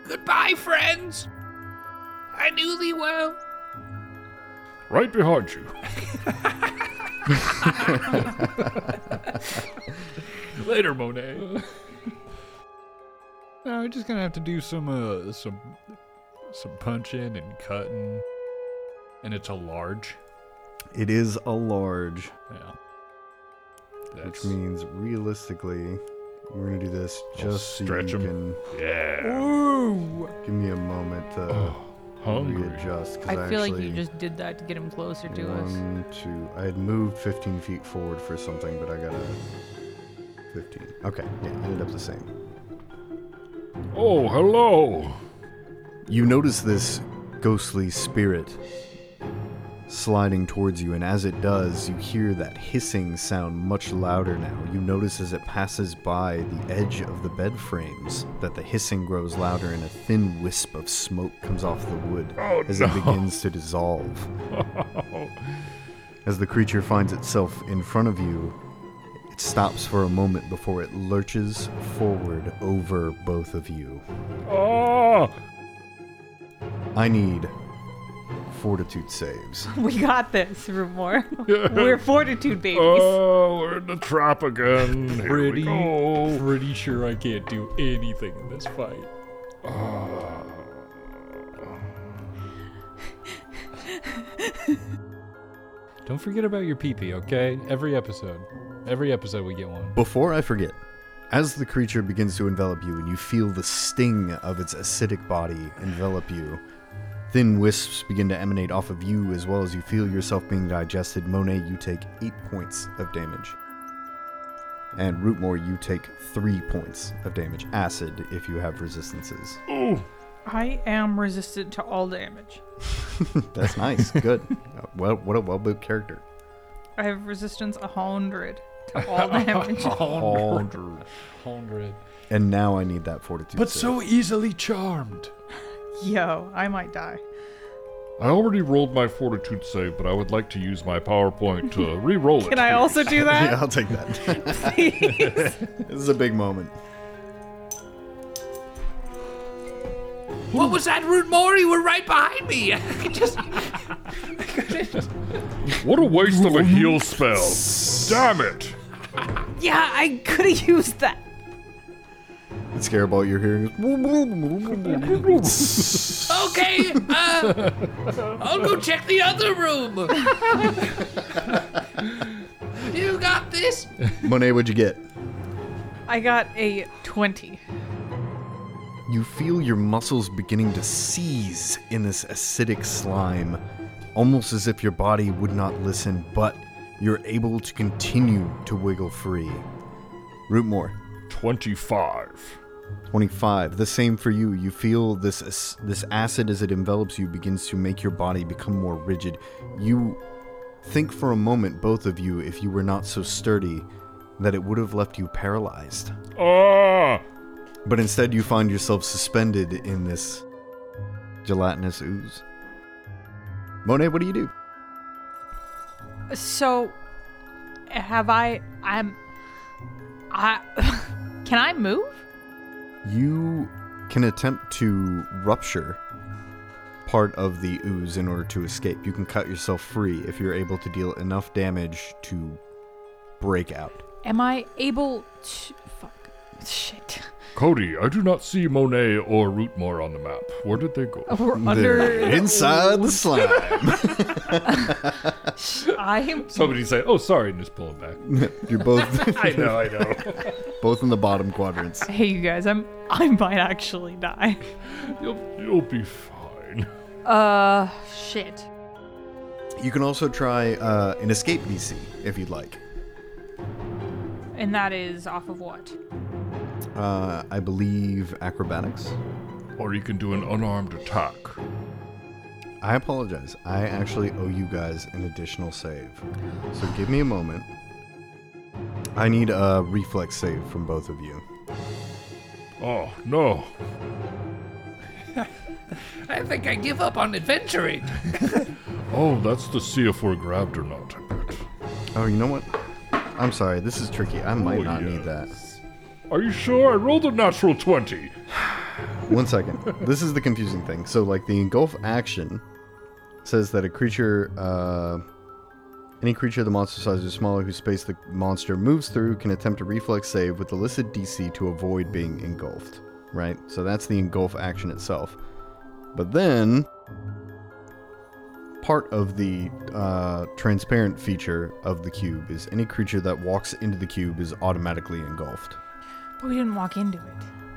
S4: Goodbye, friends! I knew thee well.
S8: Right behind you.
S5: Later, Monet. no, we're just gonna have to do some uh some some punching and cutting. And it's a large.
S2: It is a large,
S5: Yeah.
S2: which
S5: That's
S2: means realistically, we're gonna do this just so
S8: stretch
S2: you
S8: 'em.
S2: can
S8: Yeah.
S2: give me a moment to
S8: Oh, Hungry.
S2: readjust. 'cause
S12: I feel like
S2: actually-
S12: you just did that to get him closer to us.
S2: One, two. I had moved 15 feet forward for something, but I got a 15. Okay, yeah, ended up the same.
S8: Oh, hello.
S2: You notice this ghostly spirit sliding towards you, and as it does, you hear that hissing sound much louder now. You notice as it passes by the edge of the bed frames that the hissing grows louder, and a thin wisp of smoke comes off the wood
S8: Oh,
S2: as it
S8: no.
S2: begins to dissolve. As the creature finds itself in front of you, it stops for a moment before it lurches forward over both of you.
S8: Oh,
S2: I need fortitude saves.
S6: We got this, Rumor. We're fortitude babies.
S2: Uh.
S8: oh, we're in the trap again. Here we
S5: pretty
S8: go.
S5: pretty sure I can't do anything in this fight. Don't forget about your pee pee, okay? Every episode. Every episode we get one.
S2: Before I forget, as the creature begins to envelop you and you feel the sting of its acidic body envelop you, thin wisps begin to emanate off of you as well as you feel yourself being digested. Monet, you take eight points of damage. And Rootmore, you take three points of damage. Acid, if you have resistances.
S6: I am resistant to all damage.
S2: That's nice. Good. Uh, Well, what a well built character.
S6: I have resistance 100 to all damage.
S2: Oh.
S5: Hundred. Hundred.
S2: And now I need that fortitude.
S5: But
S2: save.
S5: so easily charmed.
S6: Yo, I might die.
S8: I already rolled my fortitude save, but I would like to use my PowerPoint to re-roll it.
S6: Can I also do
S2: Yeah,
S6: that?
S2: I'll take that. this is a big moment.
S4: What was that, Root Mori? You were right behind me. I just
S8: What a waste of a heal spell. Damn it.
S6: Yeah, I could have used that.
S2: And Scaraball, you're hearing is-
S4: okay. Uh, I'll go check the other room. you got this.
S2: Monet, what'd you get?
S6: I got a 20.
S2: You feel your muscles beginning to seize in this acidic slime, almost as if your body would not listen, but you're able to continue to wiggle free. Rootmore,
S8: 25.
S2: 25 the same for you you feel this ac- this acid as it envelops you begins to make your body become more rigid you think for a moment both of you if you were not so sturdy that it would have left you paralyzed.
S8: Ah!
S2: But instead, you find yourself suspended in this gelatinous ooze. Monet, what do you do?
S12: So, have I? I'm. I. Can I move?
S2: You can attempt to rupture part of the ooze in order to escape. You can cut yourself free if you're able to deal enough damage to break out.
S12: Am I able to? Fuck. Shit.
S8: Cody, I do not see Monet or Rootmore on the map. Where did they go?
S12: We're under.
S2: They're inside the slime.
S12: I am.
S8: Somebody say, "Oh, sorry," and just pull him back.
S2: You're both
S8: I know, I know.
S2: both in the bottom quadrants.
S12: Hey, you guys. I'm. I might actually die.
S8: You'll, you'll be fine.
S12: Uh. Shit.
S2: You can also try uh, an escape DC if you'd like.
S12: And that is off of what?
S2: Uh, I believe acrobatics.
S8: Or you can do an unarmed attack.
S2: I apologize. I actually owe you guys an additional save. So give me a moment. I need a reflex save from both of you.
S8: Oh, no.
S4: I think I give up on adventuring.
S8: Oh, that's to see if we're grabbed or not.
S2: Oh, you know what? I'm sorry. This is tricky. I might
S8: Oh,
S2: not need that.
S8: yes. Are you sure? I rolled a natural 20.
S2: One second. this is the confusing thing. So, like, the engulf action says that a creature, uh, any creature the monster size or smaller whose space the monster moves through can attempt a reflex save with the listed DC to avoid being engulfed, right? So that's the engulf action itself. But then, part of the uh, transparent feature of the cube is any creature that walks into the cube is automatically engulfed.
S12: But we didn't walk into it.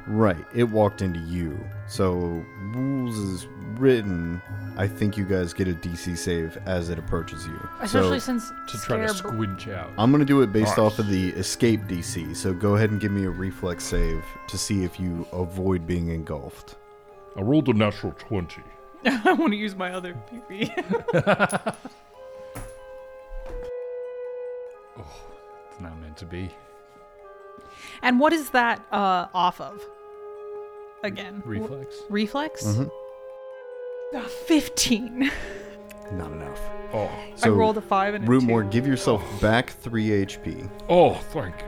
S2: Right, it walked into you. So rules is written. I think you guys get a DC save as it approaches you.
S12: Especially
S2: so
S12: since.
S5: to try to
S12: Scarab-
S5: squidge out.
S2: I'm gonna do it based
S8: Nice.
S2: off of the escape DC. So go ahead and give me a reflex save to see if you avoid being engulfed.
S8: I rolled a natural 20.
S12: I want to use my other PP.
S5: It's not meant to be.
S6: And what is that uh, off of? Again,
S5: Reflex. Mm-hmm.
S6: reflex.
S2: Mhm.
S6: Ah, Fifteen.
S2: Not enough.
S8: Oh,
S2: So
S6: I rolled a five and a two.
S2: Rootmore, give yourself back three HP,
S8: oh, thank you.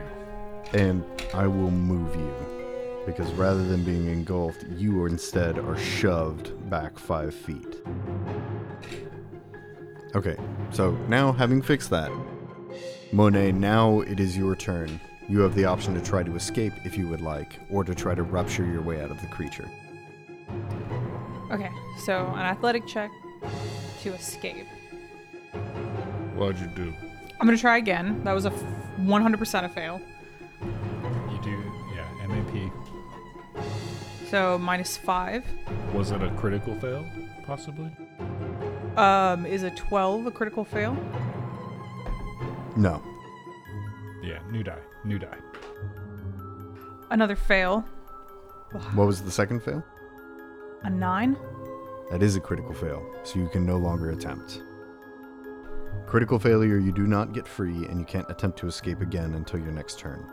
S2: and I will move you. Because rather than being engulfed, you instead are shoved back five feet. Okay, so now having fixed that, Monet, now it is your turn. You have the option to try to escape if you would like, or to try to rupture your way out of the creature.
S6: Okay, so an athletic check to escape.
S8: What'd you do?
S6: I'm gonna try again. That was a f- 100% a fail.
S5: You do, yeah, MAP.
S6: So minus five.
S8: Was it a critical fail, possibly?
S6: Um, is a 12 a critical fail?
S2: No.
S5: Yeah, new die, new die.
S6: Another fail.
S2: What was the second fail?
S6: A nine.
S2: That is a critical fail, so you can no longer attempt. Critical failure, you do not get free, and you can't attempt to escape again until your next turn.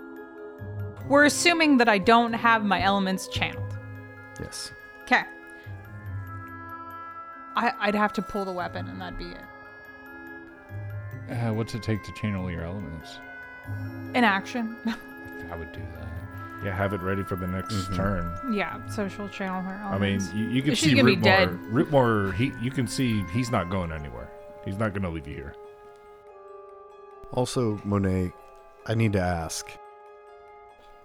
S6: We're assuming that I don't have my elements channeled.
S2: Yes.
S6: Okay. I- I'd have to pull the weapon and that'd be it.
S5: Uh, what's it take to channel your elements?
S6: In action.
S5: I would do that.
S1: Yeah, have it ready for the next
S2: Mm-hmm.
S1: turn.
S6: yeah, so she'll channel her
S1: I mean,
S6: elements.
S1: you, you can
S6: She's
S1: see
S6: gonna be dead.
S1: Rootmore. Rootmore, he, you can see he's not going anywhere. He's not going to leave you here.
S2: Also, Monet, I need to ask.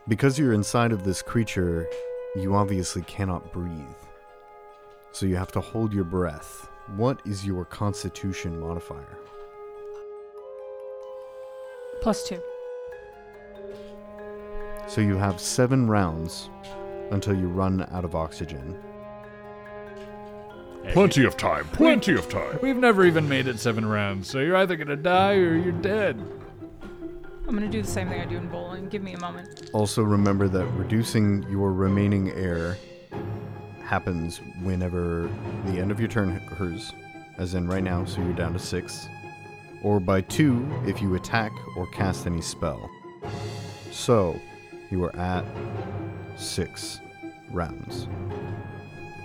S2: Because you're inside of this creature, you obviously cannot breathe. So you have to hold your breath. What is your constitution modifier?
S12: Plus two.
S2: So you have seven rounds until you run out of oxygen.
S8: Plenty of time, plenty of time.
S5: We've never even made it seven rounds, so you're either gonna die or you're dead.
S6: I'm gonna do the same thing I do in bowling. Give me a moment.
S2: Also, remember that reducing your remaining air happens whenever the end of your turn occurs, as in right now, so you're down to six, or by two if you attack or cast any spell. So, you are at six rounds.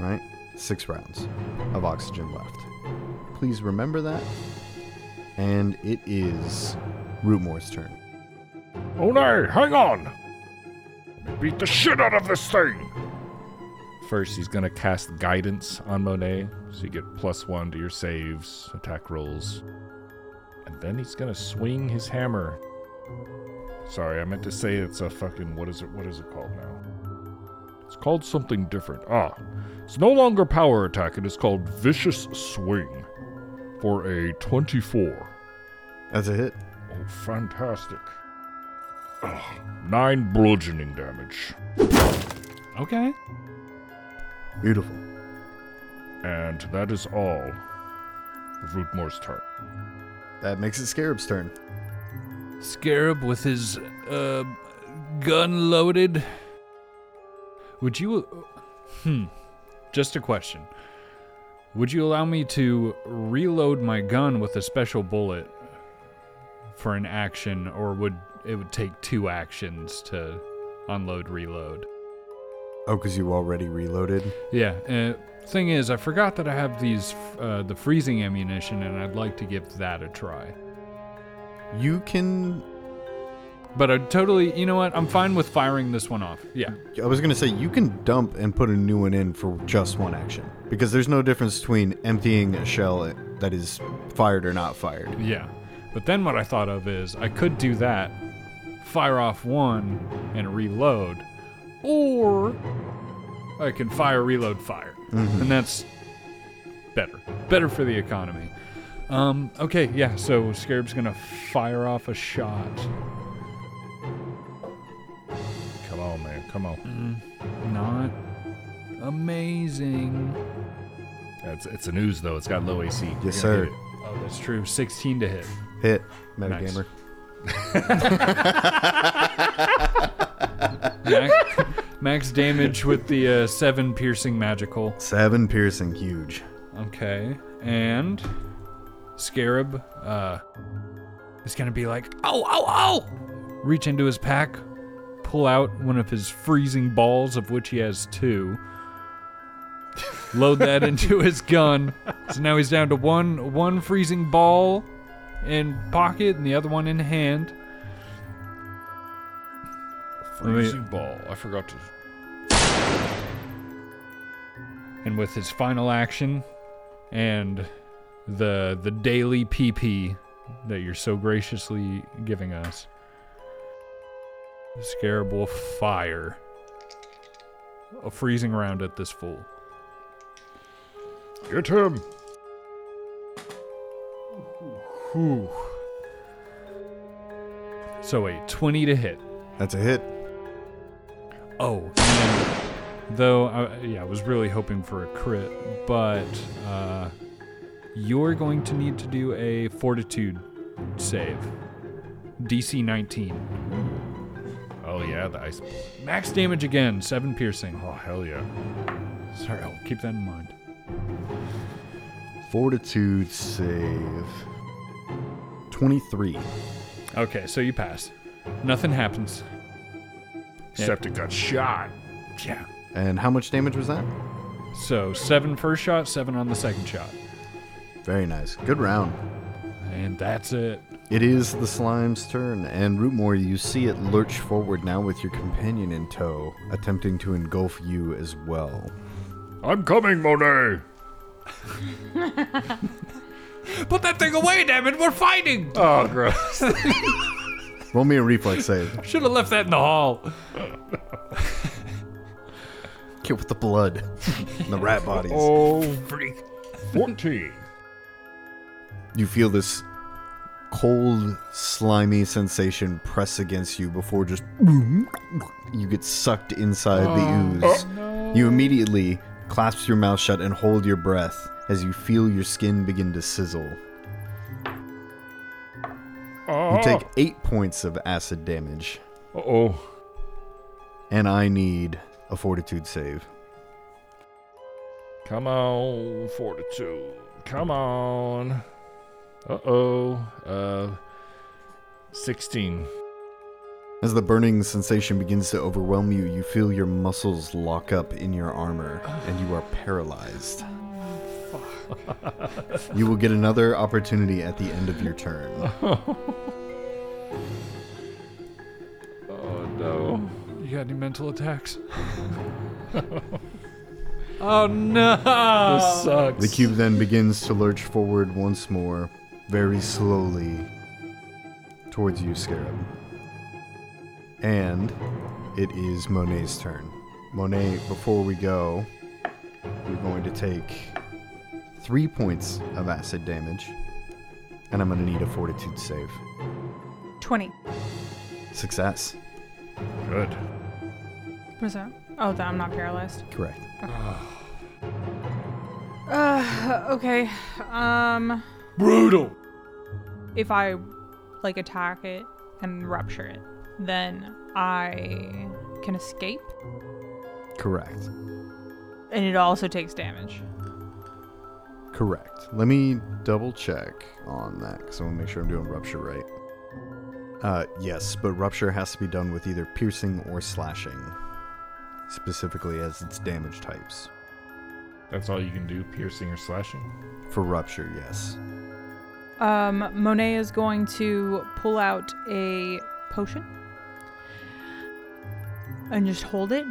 S2: Right? Six rounds of oxygen left. Please remember that. And it is Rootmore's turn.
S1: Oh no, hang on! Beat the shit out of this thing! First, he's gonna cast guidance on Monet, so you get plus one to your saves, attack rolls. And then he's gonna swing his hammer. Sorry, I meant to say it's a fucking what is it what is it called now? It's called something different. Ah. It's no longer power attack, it is called vicious swing. For a twenty-four.
S2: That's a hit.
S1: Oh fantastic. Ah, nine bludgeoning damage.
S5: Okay.
S2: Beautiful.
S1: And that is all of Rootmore's turn.
S2: That makes it Scarab's turn.
S5: Scarab with his uh, gun loaded. Would you? Hmm. Just a question. Would you allow me to reload my gun with a special bullet for an action, or would it would take two actions to unload reload?
S2: Oh, because you already reloaded?
S5: Yeah. Uh, thing is, I forgot that I have these uh, the freezing ammunition, and I'd like to give that a try.
S2: You can.
S5: But I totally, you know what? I'm fine with firing this one off. Yeah.
S2: I was going to say, you can dump and put a new one in for just one action. Because there's no difference between emptying a shell that is fired or not fired.
S5: Yeah. But then what I thought of is I could do that, fire off one and reload, or I can fire, reload, fire. And that's better. Better for the economy. Um, okay, yeah, so Scarab's gonna fire off a shot.
S1: Come on, man, come on.
S5: Not amazing.
S1: It's, it's an ooze though, it's got low AC. You're
S2: Yes,
S1: gonna
S2: sir.
S1: hit it.
S5: Oh, that's true. 16 to hit.
S2: Hit. Metagamer.
S5: Max, max damage with the uh, 7 piercing magical.
S2: Seven piercing, huge.
S5: Okay. And Scarab uh, is going to be like, oh, oh, oh! Reach into his pack, pull out one of his freezing balls, of which he has two. Load that into his gun. So now he's down to one one freezing ball in pocket and the other one in hand. Let me-
S1: Freezing ball. I forgot to.
S5: and with his final action and the the daily PP that you're so graciously giving us, Scarab will fire a freezing round at this fool.
S1: Get him!
S5: Whew. So a 20 to hit.
S2: That's a hit.
S5: Oh, and though, I, yeah, I was really hoping for a crit, but uh, you're going to need to do a fortitude save. DC 19.
S1: Oh, yeah, the ice ball.
S5: Max damage again, 7 piercing.
S1: Oh, hell yeah.
S5: Sorry, I'll keep that in mind.
S2: Fortitude save. 23.
S5: Okay, so you pass. Nothing happens.
S1: Except it got shot.
S5: Yeah.
S2: And how much damage was that?
S5: So, 7 first shot, 7 on the second shot.
S2: Very nice. Good round.
S5: And that's it.
S2: It is the slime's turn, and Rootmore, you see it lurch forward now with your companion in tow, attempting to engulf you as well.
S1: I'm coming, Monet!
S13: Put that thing away, damn it! We're fighting.
S1: Oh, gross.
S2: Roll me a reflex save.
S5: Should have left that in the hall.
S2: Get with the blood and the rat bodies.
S1: oh, freak. 14.
S2: You feel this cold, slimy sensation press against you before just you get sucked inside the ooze. You immediately clasp your mouth shut and hold your breath as you feel your skin begin to sizzle.
S1: Ah, Oh.
S2: You take eight points of acid damage,
S1: Uh oh.
S2: and I need a fortitude save.
S1: Come on, fortitude. Come on. Uh oh. Uh, 16.
S2: As the burning sensation begins to overwhelm you, you feel your muscles lock up in your armor and you are paralyzed. you will get another opportunity at the end of your turn.
S5: Oh no. You got any mental attacks? oh no!
S8: This sucks.
S2: The cube then begins to lurch forward once more, very slowly, towards you, Scarab. And it is Monet's turn. Monet, before we go, you're going to take three points of acid damage, and I'm going to need a fortitude save.
S12: 20.
S2: Success.
S8: Good.
S12: What's that? Oh, that I'm not paralyzed.
S2: Correct.
S12: Uh, okay. Um,
S8: Brutal.
S6: if I like attack it and rupture it, then I can escape,
S2: Correct.
S6: and it also takes damage.
S2: Correct. Let me double check on that because I want to make sure I'm doing rupture right. Uh, yes, but rupture has to be done with either piercing or slashing, specifically as its damage types.
S8: That's all you can do, piercing or slashing.
S2: For rupture, yes.
S6: Um, Monet is going to pull out a potion and just hold it.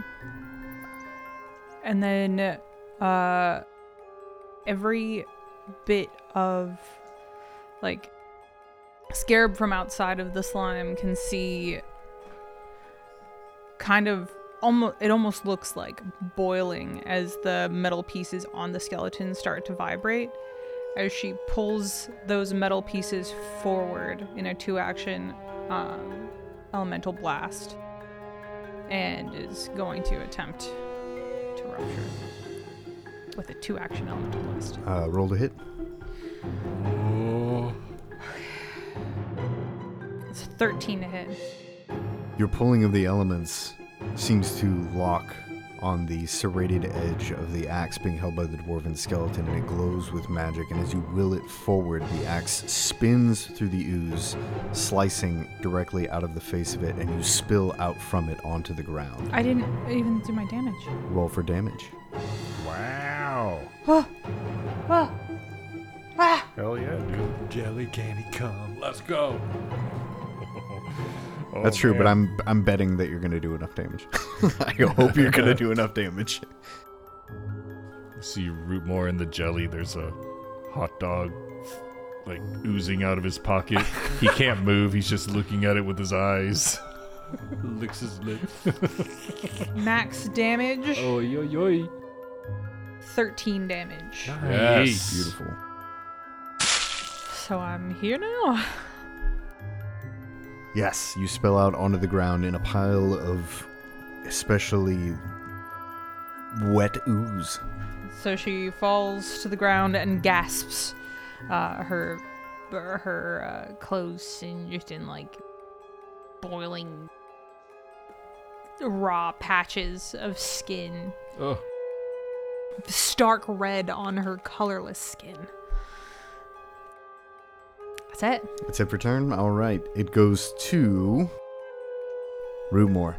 S6: And then uh, every bit of like scarab from outside of the slime can see kind of almost it almost looks like boiling as the metal pieces on the skeleton start to vibrate as she pulls those metal pieces forward in a two action um, elemental blast and is going to attempt to rupture it with a two action elemental blast.
S2: Uh, roll to hit.
S6: It's 13 to hit.
S2: Your pulling of the elements seems to lock on the serrated edge of the axe being held by the dwarven skeleton, and it glows with magic. And as you will it forward, the axe spins through the ooze, slicing directly out of the face of it, and you spill out from it onto the ground.
S12: I didn't even do my damage.
S2: Roll for damage.
S8: Wow. Hell yeah, dude.
S7: Jelly candy come.
S5: Let's go.
S8: Oh,
S2: That's true, but
S8: man.
S2: I'm I'm betting that you're gonna do enough damage. I hope you're gonna do enough damage.
S8: see you root more in the jelly. There's a hot dog like oozing out of his pocket. he can't move. He's just looking at it with his eyes.
S5: Licks his lips.
S6: Max damage
S5: Oh yo yo.
S6: 13 damage.
S5: Yes.
S2: Beautiful.
S6: So I'm here now.
S2: Yes, you spill out onto the ground in a pile of especially wet ooze.
S6: So she falls to the ground and gasps. Uh, her her uh, clothes singed in like boiling raw patches of skin,
S5: Ugh.
S6: stark red on her colorless skin. That's it.
S2: That's it for turn. All right, it goes to Rumor.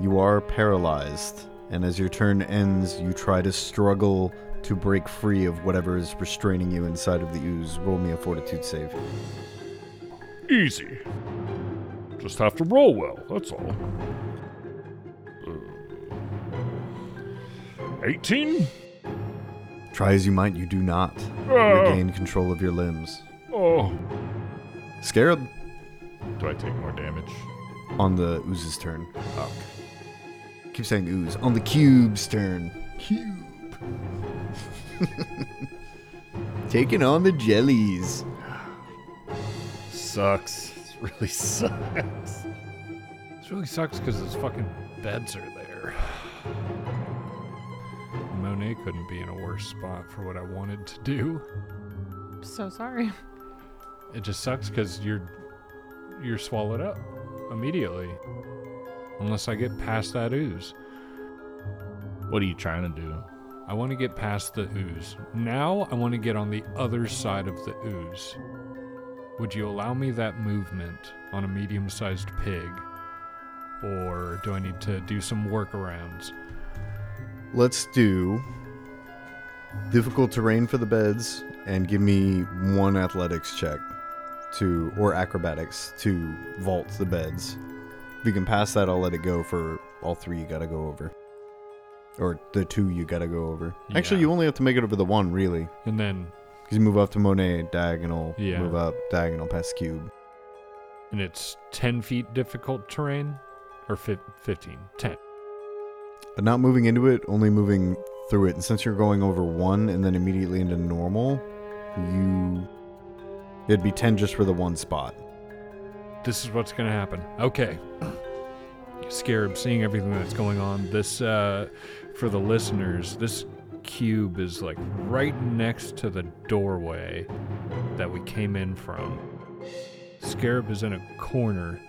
S2: You are paralyzed, and as your turn ends, you try to struggle to break free of whatever is restraining you inside of the ooze. Roll me a fortitude save.
S8: Easy. Just have to roll well. That's all. Uh, Eighteen.
S2: Try as you might, you do not regain control of your limbs.
S8: Oh.
S2: Scarab
S8: Do I take more damage?
S2: on the ooze's turn. Keep saying ooze. On the cube's turn. Cube. Taking on the jellies.
S8: Sucks. This really sucks.
S5: This really sucks because those fucking beds are there. Monet couldn't be in a worse spot for what I wanted to do.
S6: I'm so sorry.
S5: It just sucks because you're you're swallowed up immediately, unless I get past that ooze.
S8: What are you trying to do?
S5: I want to get past the ooze. Now I want to get on the other side of the ooze. Would you allow me that movement on a medium sized pig Or do I need to do some workarounds?
S2: Let's do difficult terrain for the beds and give me one athletics check to or acrobatics to vault the beds. If you can pass that, I'll let it go for all three you gotta go over. Or the two you gotta go over. Actually,
S5: Yeah.
S2: you only have to make it over the one, really.
S5: And then,
S2: Because you move up to Monet, diagonal,
S5: Yeah.
S2: move up, diagonal past cube.
S5: and it's 10 feet difficult terrain? Or fif- 15? 10.
S2: But not moving into it, only moving through it. And since you're going over one and then immediately into normal, you. It'd be 10 just for the one spot.
S5: This is what's gonna happen. Okay. Scarab, seeing everything that's going on, this, uh, for the listeners, this cube is like right next to the doorway that we came in from. Scarab is in a corner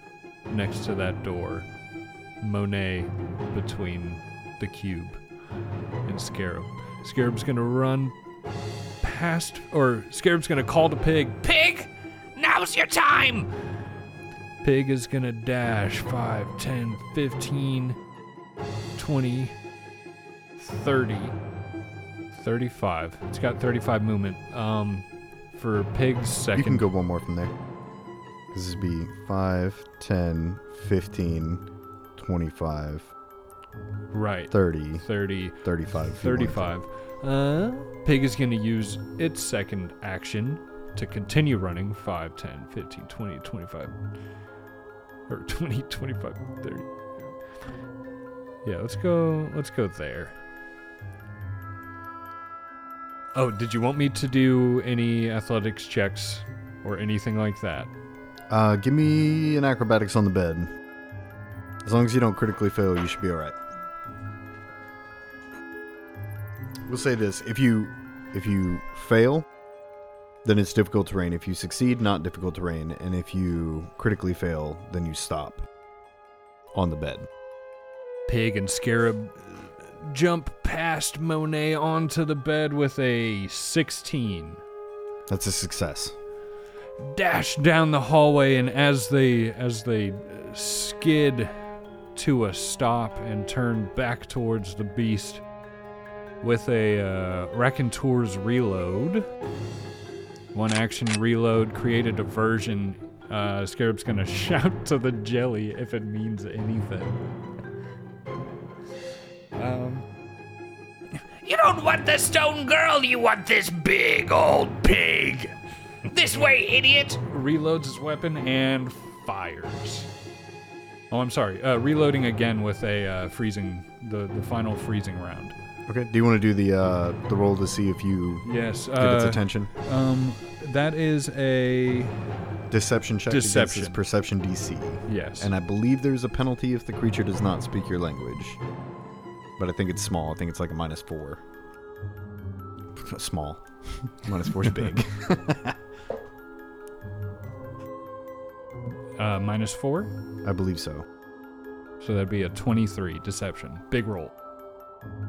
S5: next to that door. Monet between the cube and Scarab. Scarab's gonna run past, or Scarab's gonna call to Pig.
S4: Pig, now's your time!
S5: Pig is gonna dash 5, 10, 15, 20, 30, 35. It's got 35 movement. Um, for Pig's second.
S2: You can go one more from there. This would be 5, 10, 15, 25,
S5: Right.
S2: 30,
S5: 30,
S2: 35. if you wanted to.
S5: 35. Uh, Pig is gonna use its second action to continue running 5, 10, 15, 20, 25. Or 20, 25, 30. Yeah, let's go. Let's go there. Oh, did you want me to do any athletics checks or anything like that?
S2: Uh, give me an acrobatics on the bed. As long as you don't critically fail, you should be all right. We'll say this: if you if you fail, then it's difficult terrain. If you succeed, not difficult terrain. And if you critically fail, then you stop on the bed.
S5: Pig and Scarab jump past Monet onto the bed with a 16.
S2: That's a success.
S5: dash down the hallway and as they as they uh, skid to a stop and turn back towards the beast with a uh, raconteur's reload one action reload create a diversion uh, scarab's gonna shout to the jelly if it means anything
S4: You don't want the stone girl, you want this big old pig! This way, idiot!
S5: reloads his weapon and fires. Oh, I'm sorry. Uh, reloading again with a uh, freezing, the, the final freezing round.
S2: Okay. Do you want to do the uh, the roll to see if you
S5: Yes.
S2: get its
S5: Uh,
S2: attention?
S5: um, that is a
S2: Deception check against its
S5: deception.
S2: perception DC.
S5: yes.
S2: And I believe there's a penalty if the creature does not speak your language. But I think it's small. I think it's like a minus four. Small. minus four is big.
S5: uh, minus four,
S2: I believe so.
S5: so that'd be a twenty-three deception. Big roll.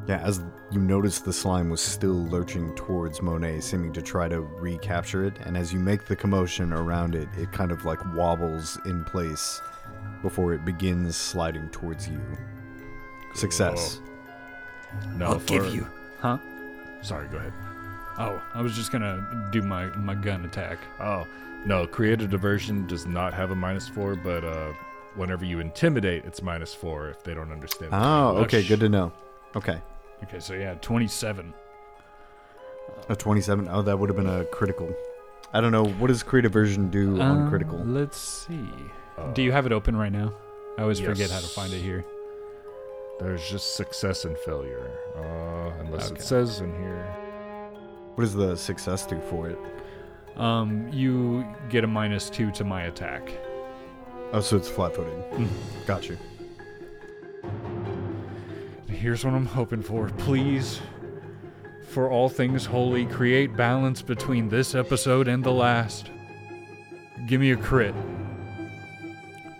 S2: Yeah, as you notice, the slime was still lurching towards Monet, seeming to try to recapture it. And as you make the commotion around it, it kind of like wobbles in place before it begins sliding towards you. Success.
S8: Now
S4: I'll
S8: for-
S4: give you.
S5: Huh?
S8: Sorry, go ahead.
S5: Oh, I was just gonna do my my gun attack.
S8: Oh, no, creative diversion does not have a minus four, but uh, whenever you intimidate, it's minus four if they don't understand. the
S2: Oh,
S8: language.
S2: okay, good to know. Okay.
S5: Okay, so yeah, twenty-seven.
S2: A 27? Oh, that would have been a critical. I don't know. What does creative version do on
S5: Uh,
S2: critical?
S5: Let's see.
S8: Uh,
S5: do you have it open right now? I always forget how to find it
S8: yes.
S5: here.
S8: There's just success and failure. Uh, unless
S5: Okay.
S8: it says in here.
S2: What does the success do for it?
S5: Um, you get a minus two to my attack.
S2: Oh, so it's flat footed. Got you.
S5: Here's what I'm hoping for. Please, for all things holy, create balance between this episode and the last. Give me a crit.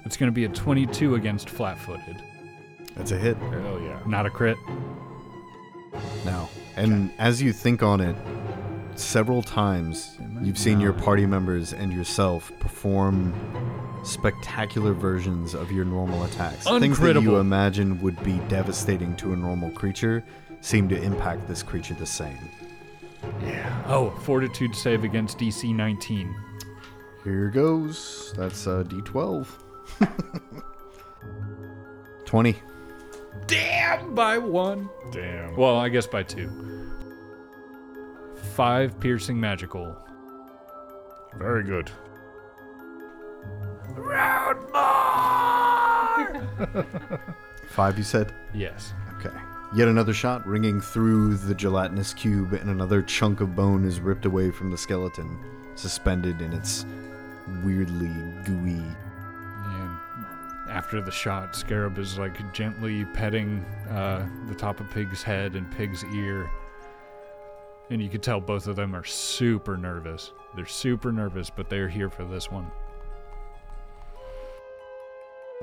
S5: It's going to be a 22 against flat footed.
S2: That's a hit.
S8: Hell yeah.
S5: Not a crit.
S2: Now. And as you think on it, several times you've seen your party members and yourself perform spectacular versions of your normal attacks. Things that you
S5: Uncritical.
S2: imagine would be devastating to a normal creature seem to impact this creature the same.
S5: Oh, fortitude save against DC 19.
S2: Here goes. That's uh, D12. 20.
S5: Damn, by one.
S8: Damn.
S5: Well, I guess by two. Five piercing magical.
S8: Very good.
S2: Five, you said?
S5: Yes.
S2: Okay. Yet another shot ringing through the gelatinous cube, and another chunk of bone is ripped away from the skeleton, suspended in its weirdly gooey.
S5: And after the shot, Scarab is like gently petting uh, the top of Pig's head and Pig's ear. And you can tell both of them are super nervous. They're super nervous, but they're here for this one.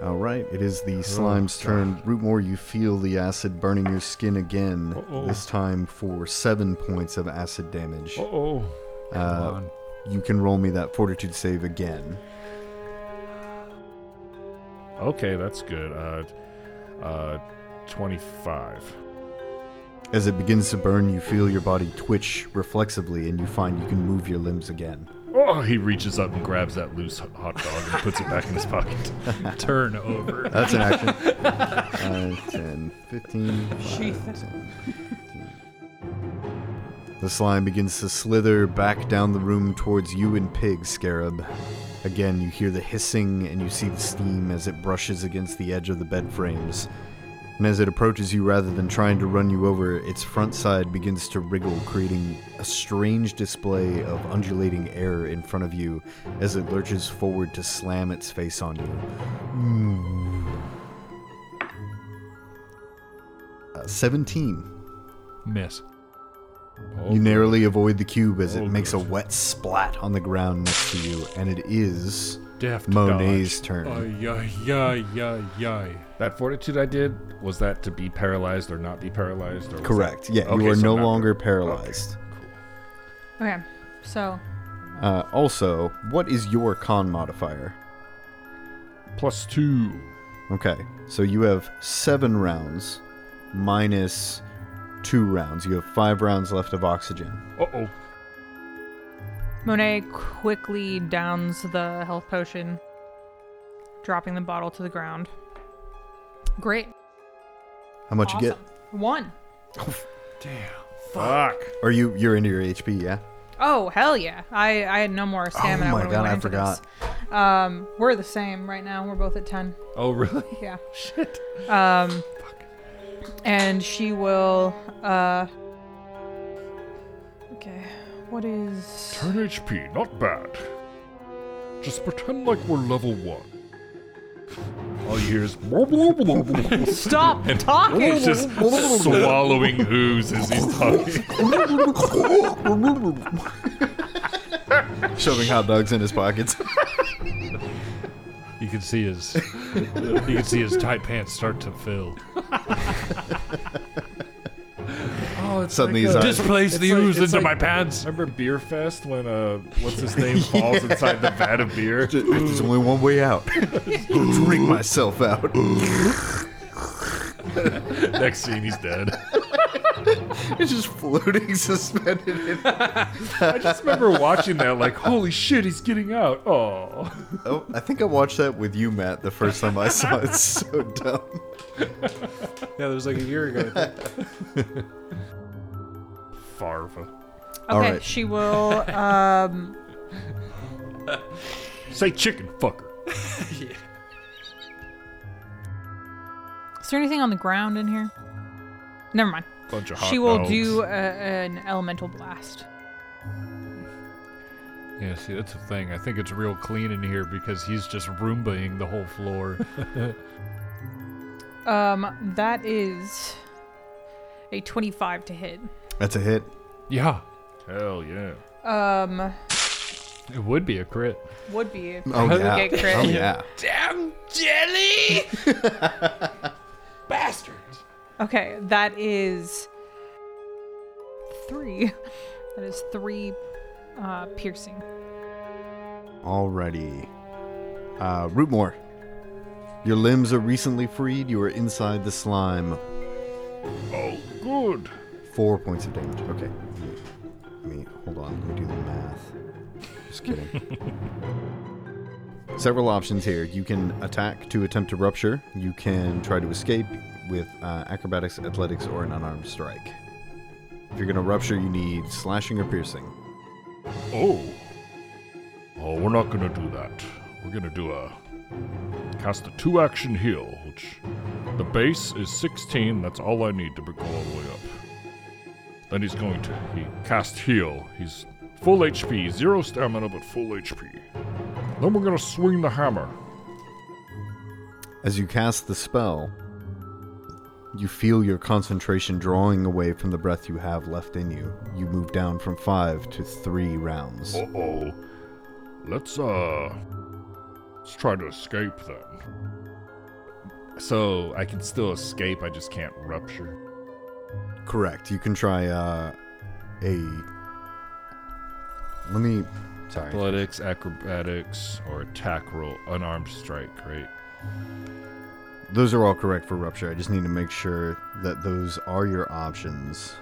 S2: All right, it is the slime's turn. Rootmore, you feel the acid burning your skin again,
S8: Uh-oh.
S2: this time for seven points of acid damage.
S8: Uh oh.
S2: Uh,
S5: on.
S2: you can roll me that fortitude save again.
S8: Okay, that's good. Uh, uh, 25.
S2: As it begins to burn, you feel your body twitch reflexively, and you find you can move your limbs again.
S8: Oh, he reaches up and grabs that loose h- hot dog and puts it back in his pocket.
S5: Turn over.
S2: That's an action. 5, 10, 15, five, 10, 15. The slime begins to slither back down the room towards you and Pig, Scarab. Again, you hear the hissing and you see the steam as it brushes against the edge of the bed frames. And as it approaches you, rather than trying to run you over, its front side begins to wriggle, creating a strange display of undulating air in front of you as it lurches forward to slam its face on you. Uh, 17.
S5: Miss. Oh,
S2: You narrowly avoid the cube as
S8: Oh,
S2: it makes a wet splat on the ground next to you, and it is
S5: Deft
S2: Monet's
S5: dodge.
S2: turn.
S8: Oh,
S5: Ay, ay, ay, ay, ay.
S8: That fortitude I did, was that to be paralyzed or not be paralyzed? Or was
S2: correct. Yeah,
S8: Okay,
S2: you are
S8: so
S2: no
S8: not-
S2: longer paralyzed.
S6: Okay, so
S2: Uh, also, what is your con modifier?
S8: that plus two.
S2: Okay, so you have seven rounds minus two rounds. You have five rounds left of oxygen.
S8: Uh oh.
S6: Monet quickly downs the health potion, dropping the bottle to the ground. Great.
S2: How much you get?
S6: One.
S8: Fuck.
S2: Are you you're into your HP? Yeah.
S6: Oh hell yeah! I I had no more stamina.
S2: Oh my
S6: when we
S2: God,
S6: went
S2: I
S6: into
S2: forgot.
S6: this. Um, we're the same right now. We're both at ten.
S8: Oh, really?
S6: Yeah. Shit. Um. And she will. Uh. Okay. What is?
S8: 10 HP, not bad. Just pretend like we're level one. All you hear is
S6: Stop talking.
S8: just swallowing ooze as he's talking.
S2: Shoving hot dogs in his pockets.
S5: You can see his, you can see his tight pants start to fill.
S2: Suddenly he's like,
S5: Displace the ooze
S8: it's
S5: into
S8: like-
S5: my pants.
S8: Remember Beer Fest when uh, what's his name falls inside the vat of beer?
S2: there's only one way out. Drink myself out.
S8: Next scene, he's dead.
S2: It's just floating suspended in
S8: I just remember watching that, like, holy shit, he's getting out. Oh,
S2: Oh, I think I watched that with you, Matt, the first time I saw it. It's so dumb.
S5: Yeah, that was like a year ago.
S8: Farva.
S6: Okay.
S2: Alright.
S6: She will. Um.
S8: Say chicken fucker.
S6: is there anything on the ground in here? Never mind.
S8: Bunch
S2: Uh,
S8: of hot
S6: She will
S8: dogs.
S6: do a, an elemental blast.
S5: yeah, see, that's the thing. I think it's real clean in here because he's just Roombaing the whole floor.
S6: Um. That is a twenty-five to hit.
S2: That's a hit.
S5: yeah,
S8: Hell yeah.
S6: Um.
S5: it would be a crit.
S6: Would be.
S2: Oh yeah.
S6: Okay, crit.
S2: Oh yeah.
S6: Okay, that is three That is three uh, piercing.
S2: Alrighty. Uh, Rootmore, your limbs are recently freed. You are inside the slime.
S14: Oh, good.
S2: Four points of damage. Okay. Let me, let me- hold on. Let me do the math. Just kidding. Several options here. You can attack to attempt to rupture. You can try to escape with uh, acrobatics, athletics, or an unarmed strike. If you're going to rupture, you need slashing or piercing.
S14: Oh. Oh, we're not gonna do that. We're gonna do a cast a two action heal, which the base is 16. That's all I need to be- go all the way up. Then he's going to he cast heal. He's full HP, zero stamina, but full HP. Then we're gonna swing the hammer.
S2: As you cast the spell, you feel your concentration drawing away from the breath you have left in you. You move down from five to three rounds.
S14: Uh oh. Let's uh. Let's try to escape then.
S1: So I can still escape, I just can't rupture.
S2: Correct. You can try uh, a. Let me. Sorry.
S1: Athletics, acrobatics, or attack roll, unarmed strike, right?
S2: Those are all correct for rupture. I just need to make sure that those are your options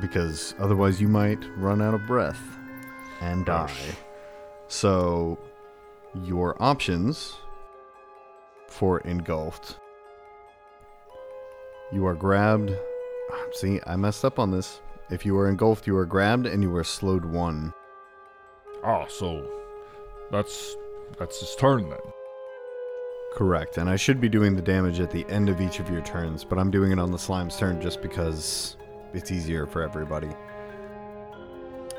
S2: because otherwise you might run out of breath and die. So, your options for engulfed you are grabbed. Ah, See, I messed up on this. If you are engulfed, you are grabbed and you are slowed one.
S14: Ah, so that's that's his turn then.
S2: Correct, and I should be doing the damage at the end of each of your turns, but I'm doing it on the slime's turn just because it's easier for everybody.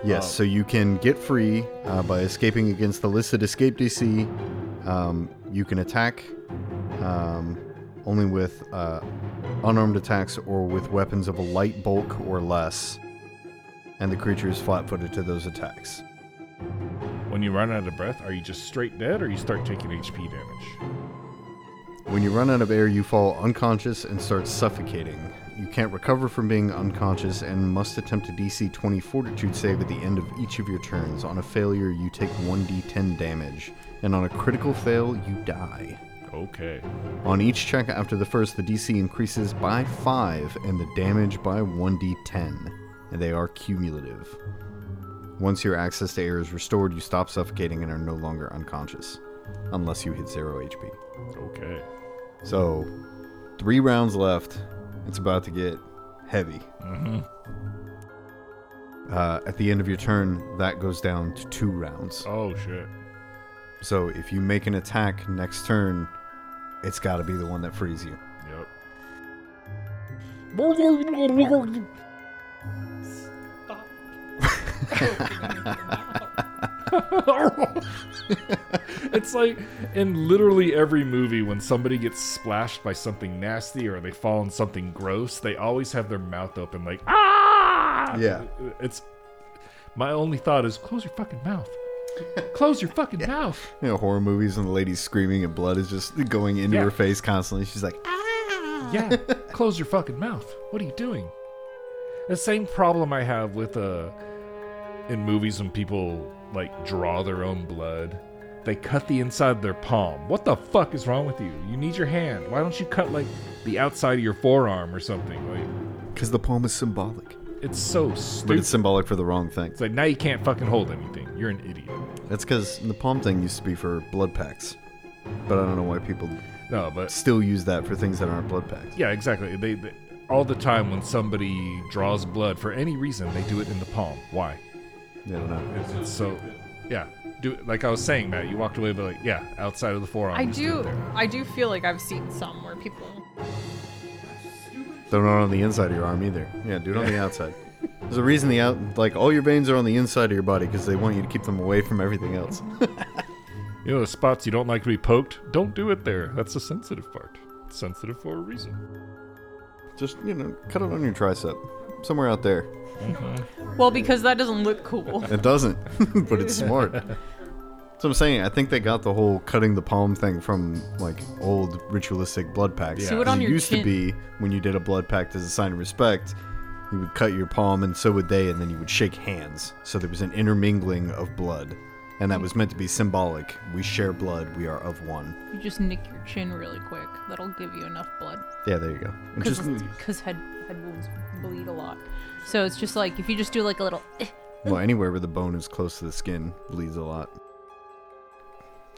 S2: Yes, so you can get free uh, by escaping against the listed escape DC. Um, you can attack um, only with uh, unarmed attacks or with weapons of a light bulk or less, and the creature is flat footed to those attacks.
S1: When you run out of breath, are you just straight dead or you start taking HP damage?
S2: When you run out of air, you fall unconscious and start suffocating. You can't recover from being unconscious and must attempt a DC 20 fortitude save at the end of each of your turns. On a failure, you take 1d10 damage, and on a critical fail, you die.
S1: Okay.
S2: On each check after the first, the DC increases by 5 and the damage by 1d10, and they are cumulative. Once your access to air is restored, you stop suffocating and are no longer unconscious, unless you hit 0 HP.
S1: Okay.
S2: So, three rounds left. It's about to get heavy.
S1: Mm-hmm.
S2: Uh, at the end of your turn, that goes down to two rounds.
S1: Oh, shit.
S2: So, if you make an attack next turn, it's got to be the one that frees you.
S1: Yep. it's like in literally every movie when somebody gets splashed by something nasty or they fall in something gross, they always have their mouth open like ah.
S2: Yeah.
S1: It's my only thought is close your fucking mouth. Close your fucking mouth.
S2: You know, horror movies and the lady's screaming and blood is just going into
S1: Yeah.
S2: her face constantly. She's like, "Ah,"
S1: Yeah, close your fucking mouth. What are you doing? The same problem I have with uh in movies when people like draw their own blood. They cut the inside of their palm. What the fuck is wrong with you? You need your hand. Why don't you cut like the outside of your forearm or something? Like
S2: because the poem is symbolic.
S1: it's so
S2: But
S1: stupid.
S2: it's
S1: It's,
S2: symbolic for the wrong thing.
S1: like now you can't fucking hold anything. You're an idiot.
S2: That's because the palm thing used to be for blood packs. But I don't know why people
S1: No, but
S2: still use that for things that aren't blood packs.
S1: Yeah, exactly. They, they all the time when somebody draws blood for any reason, they do it in the palm. Why?
S2: I don't know.
S1: It's, it's so, yeah. Do like I was saying, Matt. You walked away, but like, yeah, outside of the forearm.
S6: I
S1: just do it
S6: do.
S1: there.
S6: I do feel like I've seen some where people.
S2: They're not on the inside of your arm either. Yeah, do it on the outside. There's a reason the out like all your veins are on the inside of your body because they want you to keep them away from everything else.
S1: You know the spots you don't like to be poked. Don't do it there. That's the sensitive part. It's sensitive for a reason.
S2: Just you know, cut it on your tricep, somewhere out there.
S6: Well, because that doesn't look cool.
S2: It doesn't, but it's smart. That's what I'm saying. I think they got the whole cutting the palm thing from like old ritualistic blood packs.
S1: Do it
S2: Because
S6: on your
S2: used to
S6: chin.
S2: be when you did a blood pact as a sign of respect. You would cut your palm, and so would they, and then you would shake hands. So there was an intermingling of blood. And that was meant to be symbolic. We share blood, we are of one.
S6: You just nick your chin really quick. That'll give you enough blood.
S2: Yeah, there you go. And
S6: Because
S2: just
S6: head, head wounds bleed a lot. So it's just like if you just do like a little. eh.
S2: well, anywhere where the bone is close to the skin bleeds a lot.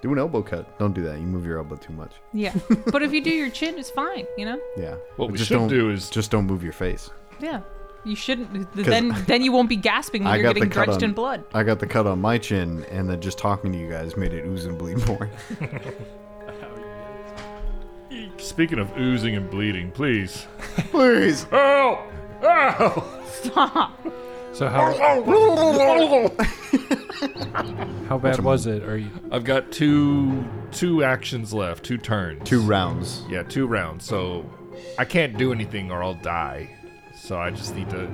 S2: Do an elbow cut. Don't do that. You move your elbow too much.
S6: Yeah. but if you do your chin, it's fine, you know?
S2: Yeah.
S1: What we
S2: just
S1: should
S2: don't,
S1: do is-
S2: just don't move your face.
S6: Yeah. You shouldn't. Then then you won't be gasping when
S2: I
S6: you're
S2: got the
S6: getting
S2: cut
S6: drenched
S2: on,
S6: in blood.
S2: I got the cut on my chin, and then just talking to you guys made it ooze and bleed more.
S8: Speaking of oozing and bleeding, please.
S2: Please.
S8: Help! Ow!
S6: Stop.
S5: So how how bad was it? Are you
S1: I've got two two actions left, two turns.
S2: Two rounds.
S1: Yeah, two rounds. So I can't do anything or I'll die. So I just need to.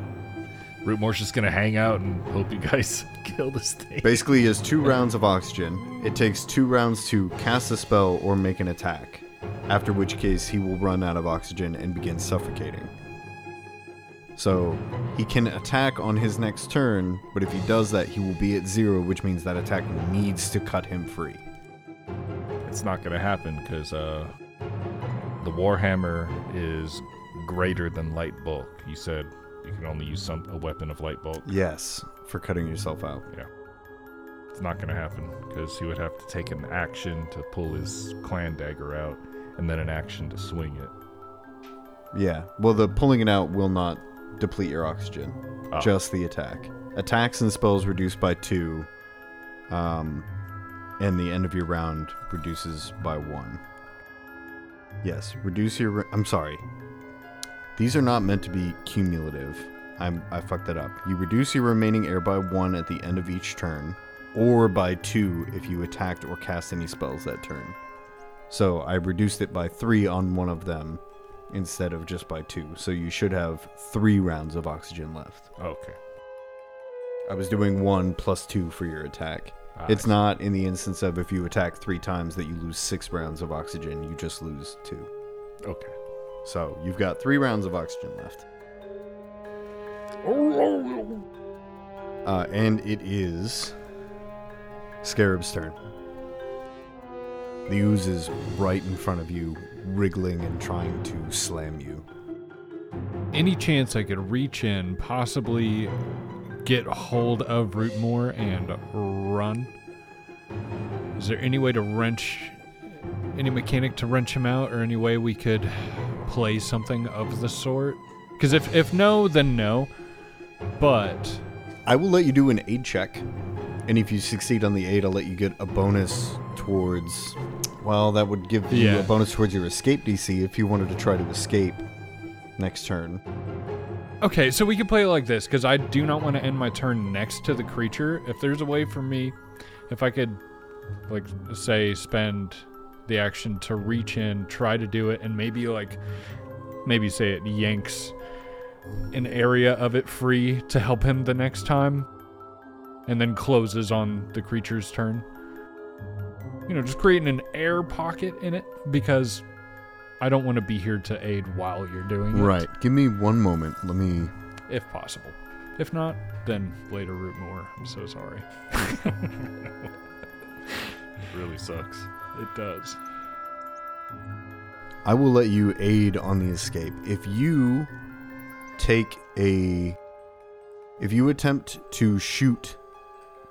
S1: Root Morsh is gonna hang out and hope you guys kill this thing.
S2: Basically, he has two rounds of oxygen. It takes two rounds to cast a spell or make an attack, after which case he will run out of oxygen and begin suffocating. So, he can attack on his next turn, but if he does that, he will be at zero, which means that attack needs to cut him free.
S1: It's not gonna happen because uh, the Warhammer is greater than light bulk. You said you can only use some a weapon of light bulk.
S2: Yes, for cutting yourself out.
S1: Yeah. It's not going to happen because he would have to take an action to pull his clan dagger out and then an action to swing it.
S2: Yeah. Well, the pulling it out will not deplete your oxygen.
S1: Oh.
S2: Just the attack. Attacks and spells reduced by two, um, and the end of your round reduces by one. Yes, reduce your. ra- I'm sorry. These are not meant to be cumulative. I'm, I fucked that up. You reduce your remaining air by one at the end of each turn, or by two if you attacked or cast any spells that turn. So I reduced it by three on one of them instead of just by two. So you should have three rounds of oxygen left.
S1: Okay.
S2: I was doing one plus two for your attack. it's not in the instance of if you attack three times that you lose six rounds of oxygen, you just lose two.
S1: Okay.
S2: So you've got three rounds of oxygen left. Uh, and it is Scarab's turn. The ooze is right in front of you, wriggling and trying to slam you.
S5: any chance I could reach in, possibly get hold of Rootmore and run? Is there any way to wrench, any mechanic to wrench him out, or any way we could play something of the sort? Because if, if no, then no. But
S2: I will let you do an aid check, and if you succeed on the aid, I'll let you get a bonus towards. Well, that would give you
S5: Yeah.
S2: a bonus towards your escape DC if you wanted to try to escape next turn.
S5: Okay, so we can play it like this because I do not want to end my turn next to the creature. If there's a way for me, if I could, like, say, spend the action to reach in, try to do it, and maybe, like, maybe say it yanks an area of it free to help him the next time, and then closes on the creature's turn. You know, just creating an air pocket in it because I don't want to be here to aid while you're doing it
S2: Right. Give me one moment. Let me.
S5: if possible. If not, then later root more. I'm so sorry.
S8: Really sucks.
S5: It does.
S2: I will let you aid on the escape. If you take a. If you attempt to shoot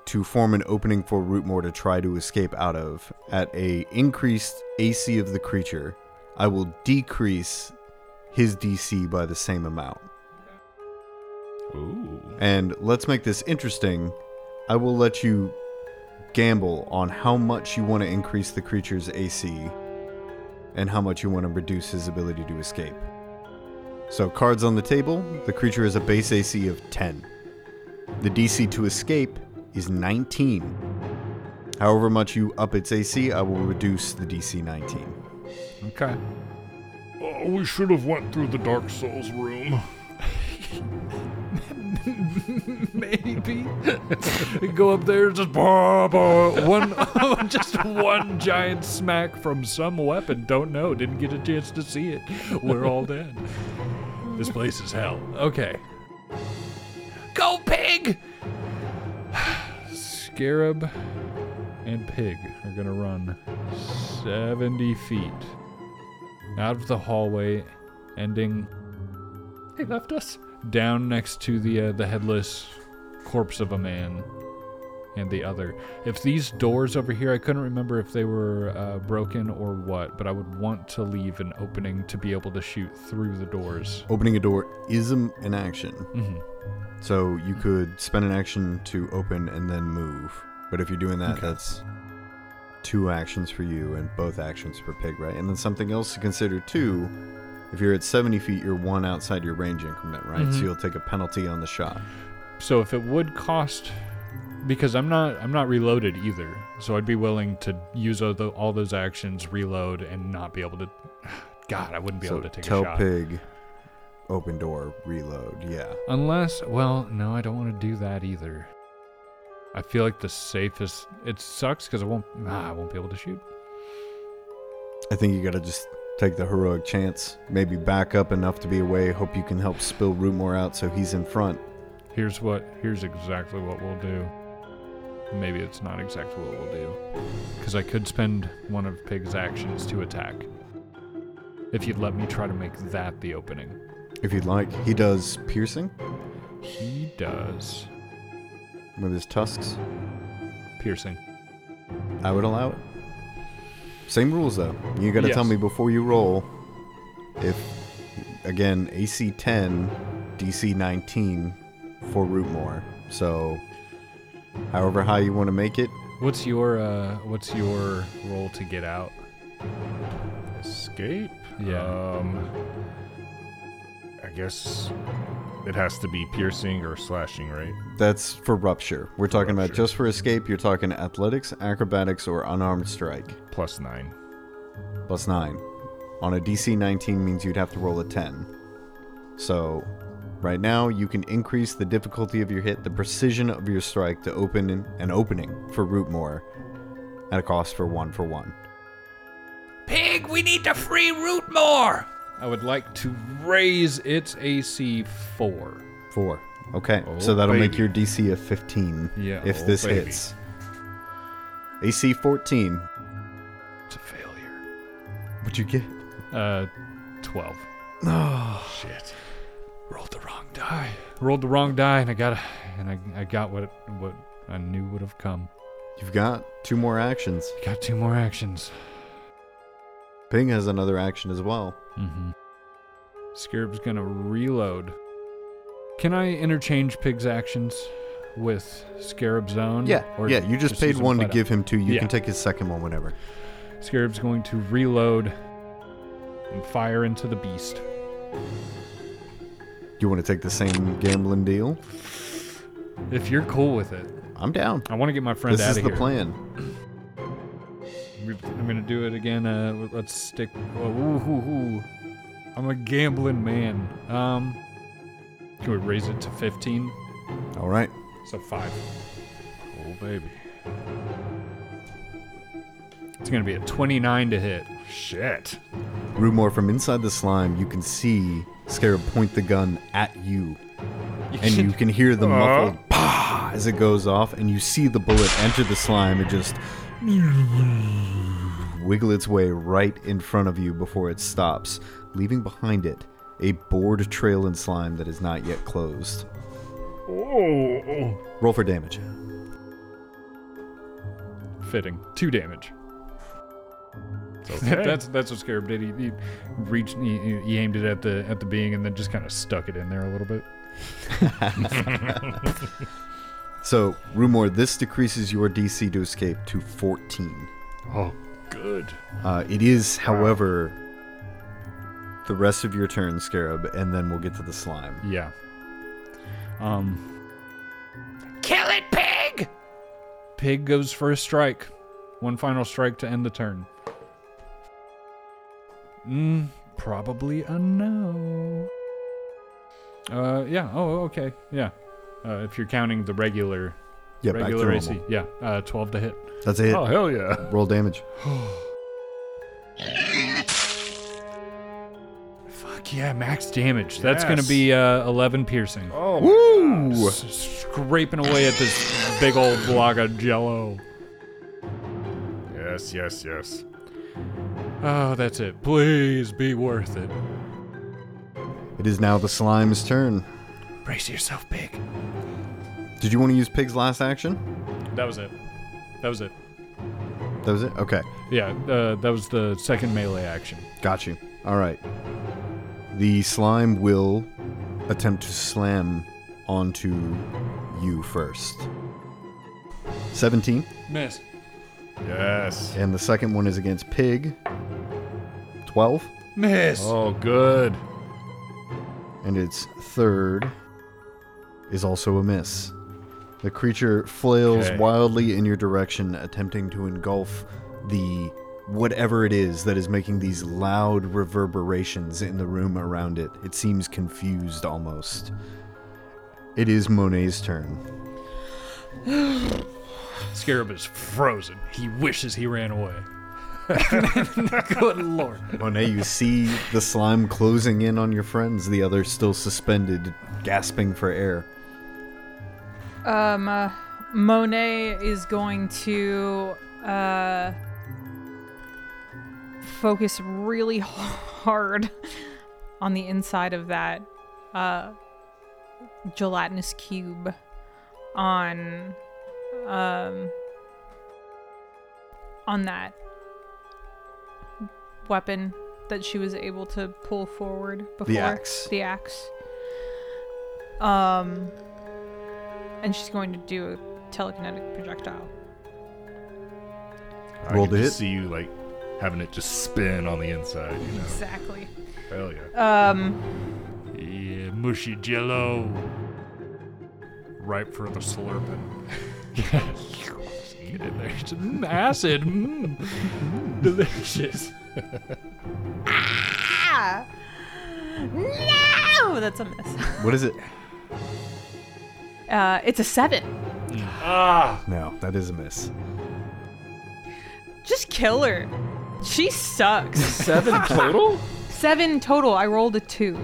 S2: to form an opening for Rootmore to try to escape out of at a increased AC of the creature, I will decrease his DC by the same amount.
S1: Ooh.
S2: And let's make this interesting. I will let you gamble on how much you want to increase the creature's AC and how much you want to reduce his ability to escape. So, cards on the table the creature has a base AC of 10. The DC to escape is 19. However much you up its AC, I will reduce the DC 19.
S5: Okay.
S8: Oh, we should have went through the Dark Souls room.
S5: Maybe. Go up there and just bah, bah, one just one giant smack from some weapon. Don't know. Didn't get a chance to see it. We're all dead. This place is hell. Okay.
S4: Go, pig!
S5: Scarab and Pig are going to run 70 feet out of the hallway, ending. He left us. Down next to the uh, the headless corpse of a man and the other. If these doors over here, I couldn't remember if they were uh, broken or what, but I would want to leave an opening to be able to shoot through the doors.
S2: Opening a door is an an action.
S5: hmm
S2: So you could spend an action to open and then move. But if you're doing that, that's two actions for you and both actions for Pig, right? And then something else to consider too. If you're at 70 feet, you're one outside your range increment, right? So
S5: Mhm.
S2: you'll take a penalty on the shot.
S5: So if it would cost, because I'm not I'm not reloaded either, so I'd be willing to use all, tho- all those actions, reload, and not be able to. God, I wouldn't be
S2: so
S5: able to take
S2: tell
S5: a shot.
S2: Pig, open door, reload. Yeah.
S5: Unless, well, no, I don't want to do that either. I feel like the safest. It sucks because I won't. Ah, I won't be able to shoot.
S2: I think you gotta just take the heroic chance. Maybe back up enough to be away. Hope you can help spill Rootmore out so he's in front.
S5: Here's what. Here's exactly what we'll do. Maybe it's not exactly what we'll do, because I could spend one of Pig's actions to attack. If you'd let me try to make that the opening.
S2: If you'd like. He does piercing
S5: He does
S2: with his tusks.
S5: piercing.
S2: I would allow it. Same rules though. You gotta
S5: Yes.
S2: tell me before you roll if again AC ten, DC nineteen for Rootmore. So however high you wanna make it,
S5: What's your uh what's your roll to get out? Uh,
S8: Escape?
S5: Yeah.
S8: Um, I guess it has to be piercing or slashing, right?
S2: that's for rupture. We're talking about
S8: Rupture.
S2: just for escape, you're talking athletics, acrobatics, or unarmed strike.
S8: Plus nine.
S2: plus 9. On a DC 19 means you'd have to roll a 10. So, right now, you can increase the difficulty of your hit, the precision of your strike to open an, an opening for Rootmore at a cost for 1 for 1.
S4: Pig, we need to free root more!
S5: I would like to raise its AC 4.
S2: 4. Okay, so that'll make
S8: baby.
S2: your DC a 15
S5: Yeah,
S2: if
S5: oh,
S2: this
S8: baby.
S2: hits. AC 14.
S5: It's a failure.
S2: What'd you get?
S5: Uh 12.
S2: Oh,
S5: Shit. Rolled the wrong die. Rolled the wrong die and I got and I, I got what what I knew would have come.
S2: you've got two more actions.
S5: Got two more actions.
S2: Ping has another action as well.
S5: Mm-hmm. Scarab's gonna reload. Can I interchange Pig's actions with Scarab's own?
S2: Yeah, yeah, you just, paid
S5: use them
S2: one to
S5: flat out?
S2: give him two. You
S5: Yeah.
S2: can take his second one whenever.
S5: Scarab's going to reload and fire into the beast.
S2: You want to take the same gambling deal?
S5: If you're cool with it,
S2: I'm down.
S5: I want to get my friend
S2: this
S5: out
S2: is
S5: of
S2: the
S5: here.
S2: plan.
S5: We- I'm gonna do it again. Uh, let's stick. Oh, ooh, ooh, ooh. I'm a gambling man. Um, can we raise it to 15?
S2: All right.
S5: So five.
S8: Oh, baby.
S5: It's gonna be a 29 to hit.
S8: Shit.
S2: Rumor from inside the slime, you can see Scarab point the gun at you, and you can hear the muffled "pah" as it goes off, and you see the bullet enter the slime and just wiggle its way right in front of you before it stops, leaving behind it a bored trail in slime that is not yet closed.
S8: Oh.
S2: Roll for damage.
S5: Fitting. Two damage. that's that's what Scarab did. He, he reached, he, he- he aimed it at the at the being, and then just kind of stuck it in there a little bit.
S2: So, Rumor, this decreases your DC to escape to 14.
S8: Oh, good.
S2: Uh, it is, however, the rest of your turn, Scarab, and then we'll get to the slime.
S5: Yeah. Um,
S4: Kill it, pig!
S5: pig goes for a strike. One final strike to end the turn. Mm, probably a no. Uh, yeah. Oh, okay. Yeah. Uh, if you're counting the regular,
S2: Yeah, back to
S5: regular
S2: normal.
S5: AC, yeah, uh, 12 to hit.
S2: That's a hit.
S8: Oh, hell yeah.
S2: Roll damage.
S5: Fuck Yeah, max damage. That's going to be uh, 11 piercing.
S15: Oh,
S2: Woo!
S5: S- scraping away at this big old block of jello.
S15: Yes, yes, yes.
S5: Oh, that's it. Please be worth it.
S2: It is now the slime's turn.
S5: Brace yourself, big.
S2: Did you want to use pig's last action?
S5: That was it. That was it.
S2: That was it? Okay.
S5: Yeah, uh, that was the second melee action.
S2: Got you. All right. The slime will attempt to slam onto you first. 17.
S5: Miss.
S15: Yes.
S2: And the second one is against Pig. 12.
S5: Miss.
S15: Oh, good.
S2: And its third is also a miss. The creature flails
S15: Okay.
S2: wildly in your direction, attempting to engulf the whatever it is that is making these loud reverberations in the room around it. It seems confused almost. It is Monet's turn.
S5: Scarab is frozen. He wishes he ran away. Good lord.
S2: Monet, you see the slime closing in on your friends, the other still suspended, gasping for air.
S6: Um, uh, Monet is going to uh, focus really hard on the inside of that uh, gelatinous cube on um, on that weapon that she was able to pull forward before
S2: axe.
S6: The axe. Um and she's going to do a telekinetic projectile.
S15: I
S2: Roll
S15: can
S2: to
S15: just
S2: hit.
S15: see you like having it just spin on the inside. You know,
S6: Exactly.
S15: hell yeah.
S6: Um,
S5: Yeah, mushy jello. Ripe for the slurping. Just Get in there. Just, mm, acid. Mm, delicious.
S6: ah! No, that's a miss.
S2: What is it?
S6: Uh, it's a seven.
S2: No, that is a miss.
S6: Just kill her. She sucks.
S15: Seven total?
S6: seven total. I rolled a two.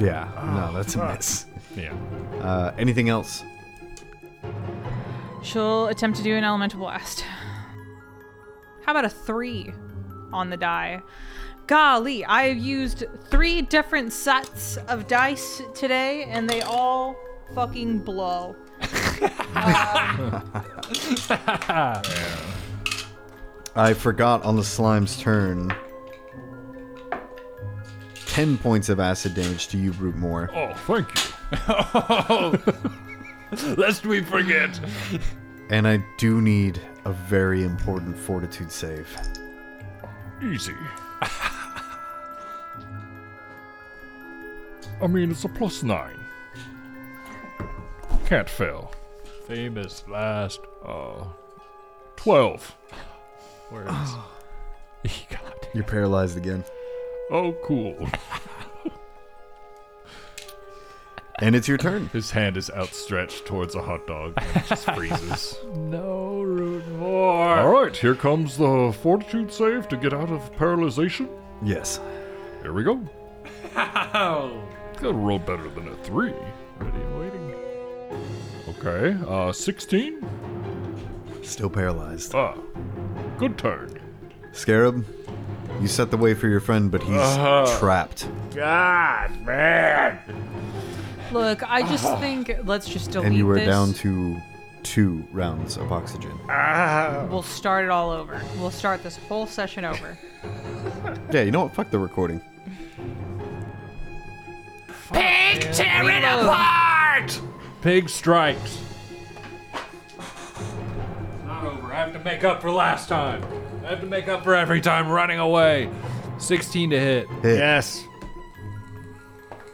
S2: Yeah, no, that's a miss.
S5: Yeah.
S2: Uh, anything else?
S6: She'll attempt to do an elemental blast. How about a three on the die? Golly, I have used three different sets of dice today, and they all fucking blow.
S2: I forgot on the slime's turn. 10 points of acid damage to you, Brute Moore.
S15: Oh, thank you.
S5: Lest we forget.
S2: And I do need a very important fortitude save.
S15: Easy. I mean, it's a plus nine. Can't fail.
S5: Famous last
S15: Oh. 12.
S5: words. God.
S2: You're paralyzed again.
S15: Oh, cool.
S2: And it's your turn.
S15: His hand is outstretched towards a hot dog and it just freezes.
S5: No root more.
S15: All right, here comes the fortitude save to get out of paralyzation.
S2: Yes.
S15: Here we go. Could roll better than a 3.
S5: Ready and waiting.
S15: Okay, uh, 16.
S2: Still paralyzed.
S15: Ah, good turn.
S2: Scarab, you set the way for your friend, but he's trapped.
S15: God, man.
S6: Look, I just think let's just delete
S2: And you are
S6: this.
S2: down to two rounds of oxygen.
S6: We'll start it all over. We'll start this whole session over.
S2: Yeah, you know what? Fuck the recording.
S4: Pig, tear it apart!
S5: Pig strikes. Not over. I have to make up for last time. I have to make up for every time running away. 16 to hit.
S2: Hit.
S15: Yes.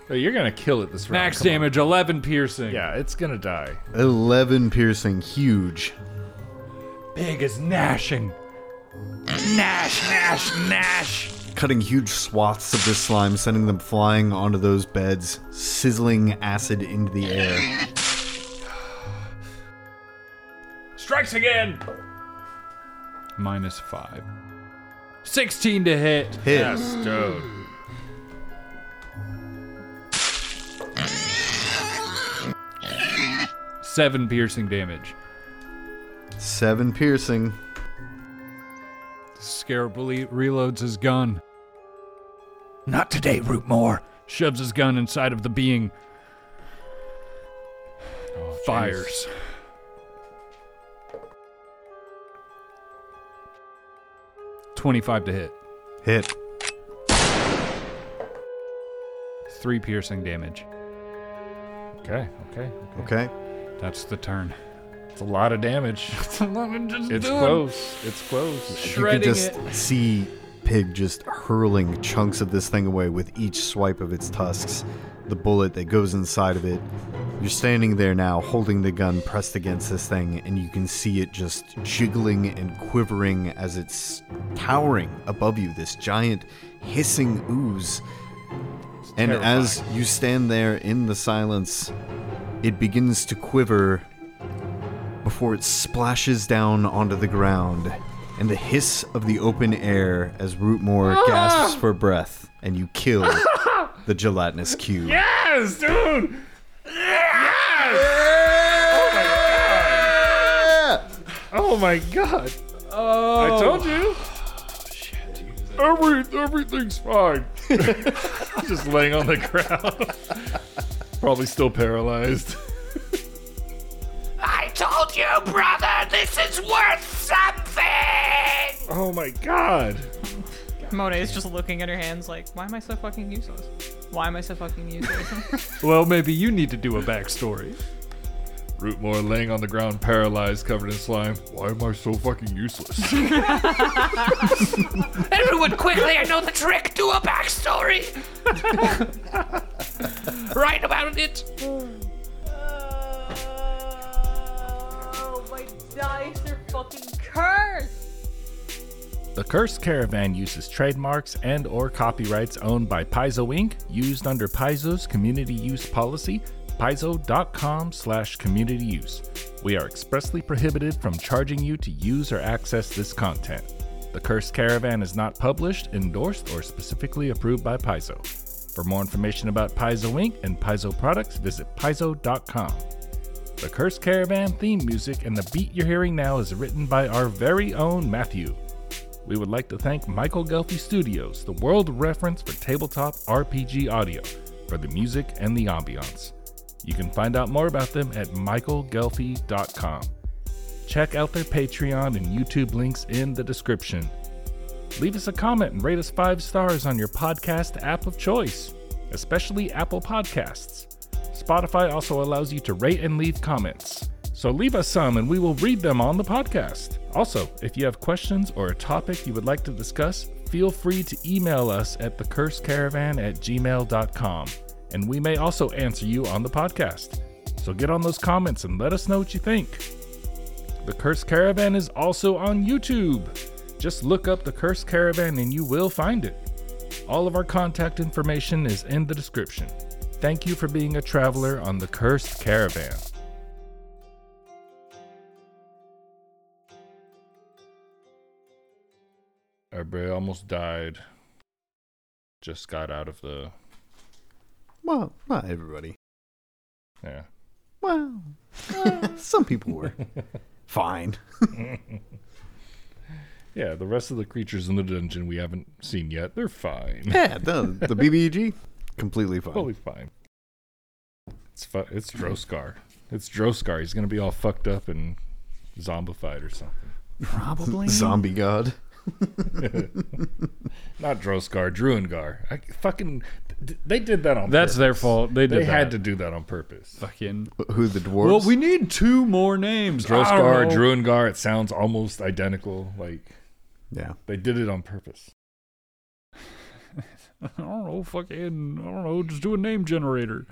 S15: Hey, you're gonna kill it this round.
S5: Max
S15: come on.
S5: damage, 11 piercing.
S15: Yeah, it's gonna die.
S2: 11 piercing, huge.
S5: Pig is gnashing.
S4: Nash, Nash, Nash!
S2: cutting huge swaths of this slime, sending them flying onto those beds, sizzling acid into the air.
S5: Strikes again. Minus 5. 16 to hit.
S2: Hit.
S15: Yes, dude.
S5: Seven piercing damage.
S2: Seven piercing.
S5: Scarab rele- reloads his gun,
S4: Not today, Rootmore.
S5: shoves his gun inside of the being,
S4: Oh,
S5: fires. Twenty-five to hit.
S2: Hit.
S5: Three piercing damage.
S15: Okay, okay.
S2: Okay.
S5: That's the turn.
S15: It's a lot of damage. It's close. It's close.
S2: You could just see Pig just hurling chunks of this thing away with each swipe of its tusks, the bullet that goes inside of it. You're standing there now, holding the gun pressed against this thing, and you can see it just jiggling and quivering as it's towering above you, this giant hissing ooze. And as you stand there in the silence, it begins to quiver before it splashes down onto the ground, and the hiss of the open air as Rootmore
S5: Ah!
S2: gasps for breath, and you kill the gelatinous cube.
S15: Yes, dude. Oh my god. Oh. I told you. Every, everything's fine. Just laying on the ground. Probably still paralyzed.
S4: I told you, brother, this is worth something!
S15: Oh my god.
S6: Monet is just looking at her hands like, why am I so fucking useless? Why am I so fucking useless?
S5: Well, maybe you need to do a backstory.
S15: Rootmore laying on the ground, paralyzed, covered in slime. Why am I so fucking useless?
S4: Everyone, quickly, I know the trick! Do a backstory! Write about it!
S12: Oh, my dice are fucking cursed!
S1: The Cursed Caravan uses trademarks and or copyrights owned by Paizo Inc. used under Paizo's community use policy, paizo.com slash community use. We are expressly prohibited from charging you to use or access this content. The Cursed Caravan is not published, endorsed, or specifically approved by Paizo. For more information about Paizo Inc. and Paizo products, visit paizo.com. The Cursed Caravan theme music and the beat you're hearing now is written by our very own Matthew. We would like to thank Michael Gelfi Studios, the world reference for tabletop RPG audio, for the music and the ambiance. You can find out more about them at michaelgelfi.com. Check out their Patreon and YouTube links in the description. Leave us a comment and rate us five stars on your podcast app of choice, especially Apple Podcasts. Spotify also allows you to rate and leave comments. So leave us some and we will read them on the podcast. Also, if you have questions or a topic you would like to discuss, feel free to email us at thecursecaravan at gmail.com and we may also answer you on the podcast. So get on those comments and let us know what you think. The Curse Caravan is also on YouTube. Just look up The Curse Caravan and you will find it. All of our contact information is in the description. Thank you for being a traveler on The Cursed Caravan.
S15: Everybody almost died. Just got out of the.
S2: Well, not everybody.
S15: Yeah.
S2: Well, some people were. Fine.
S15: Yeah, the rest of the creatures in the dungeon we haven't seen yet. They're fine.
S2: Yeah, the, the BBG, completely fine.
S15: Totally fine. It's fu- it's Droskar. It's Droskar. He's gonna be all fucked up and zombified or something.
S4: Probably.
S2: Zombie god.
S15: Not Droskar, Druengar. I fucking d- they did that on
S5: That's
S15: purpose.
S5: their fault. They did
S15: They had to
S5: that.
S15: do that on purpose.
S5: Fucking.
S2: Who the dwarves?
S5: Well, we need two more names.
S15: Droskar,
S5: Droskar, Drew.
S15: Druengar, it sounds almost identical. Like
S2: yeah.
S15: they did it on purpose.
S5: I don't know. Fucking. I don't know. Just do a name generator.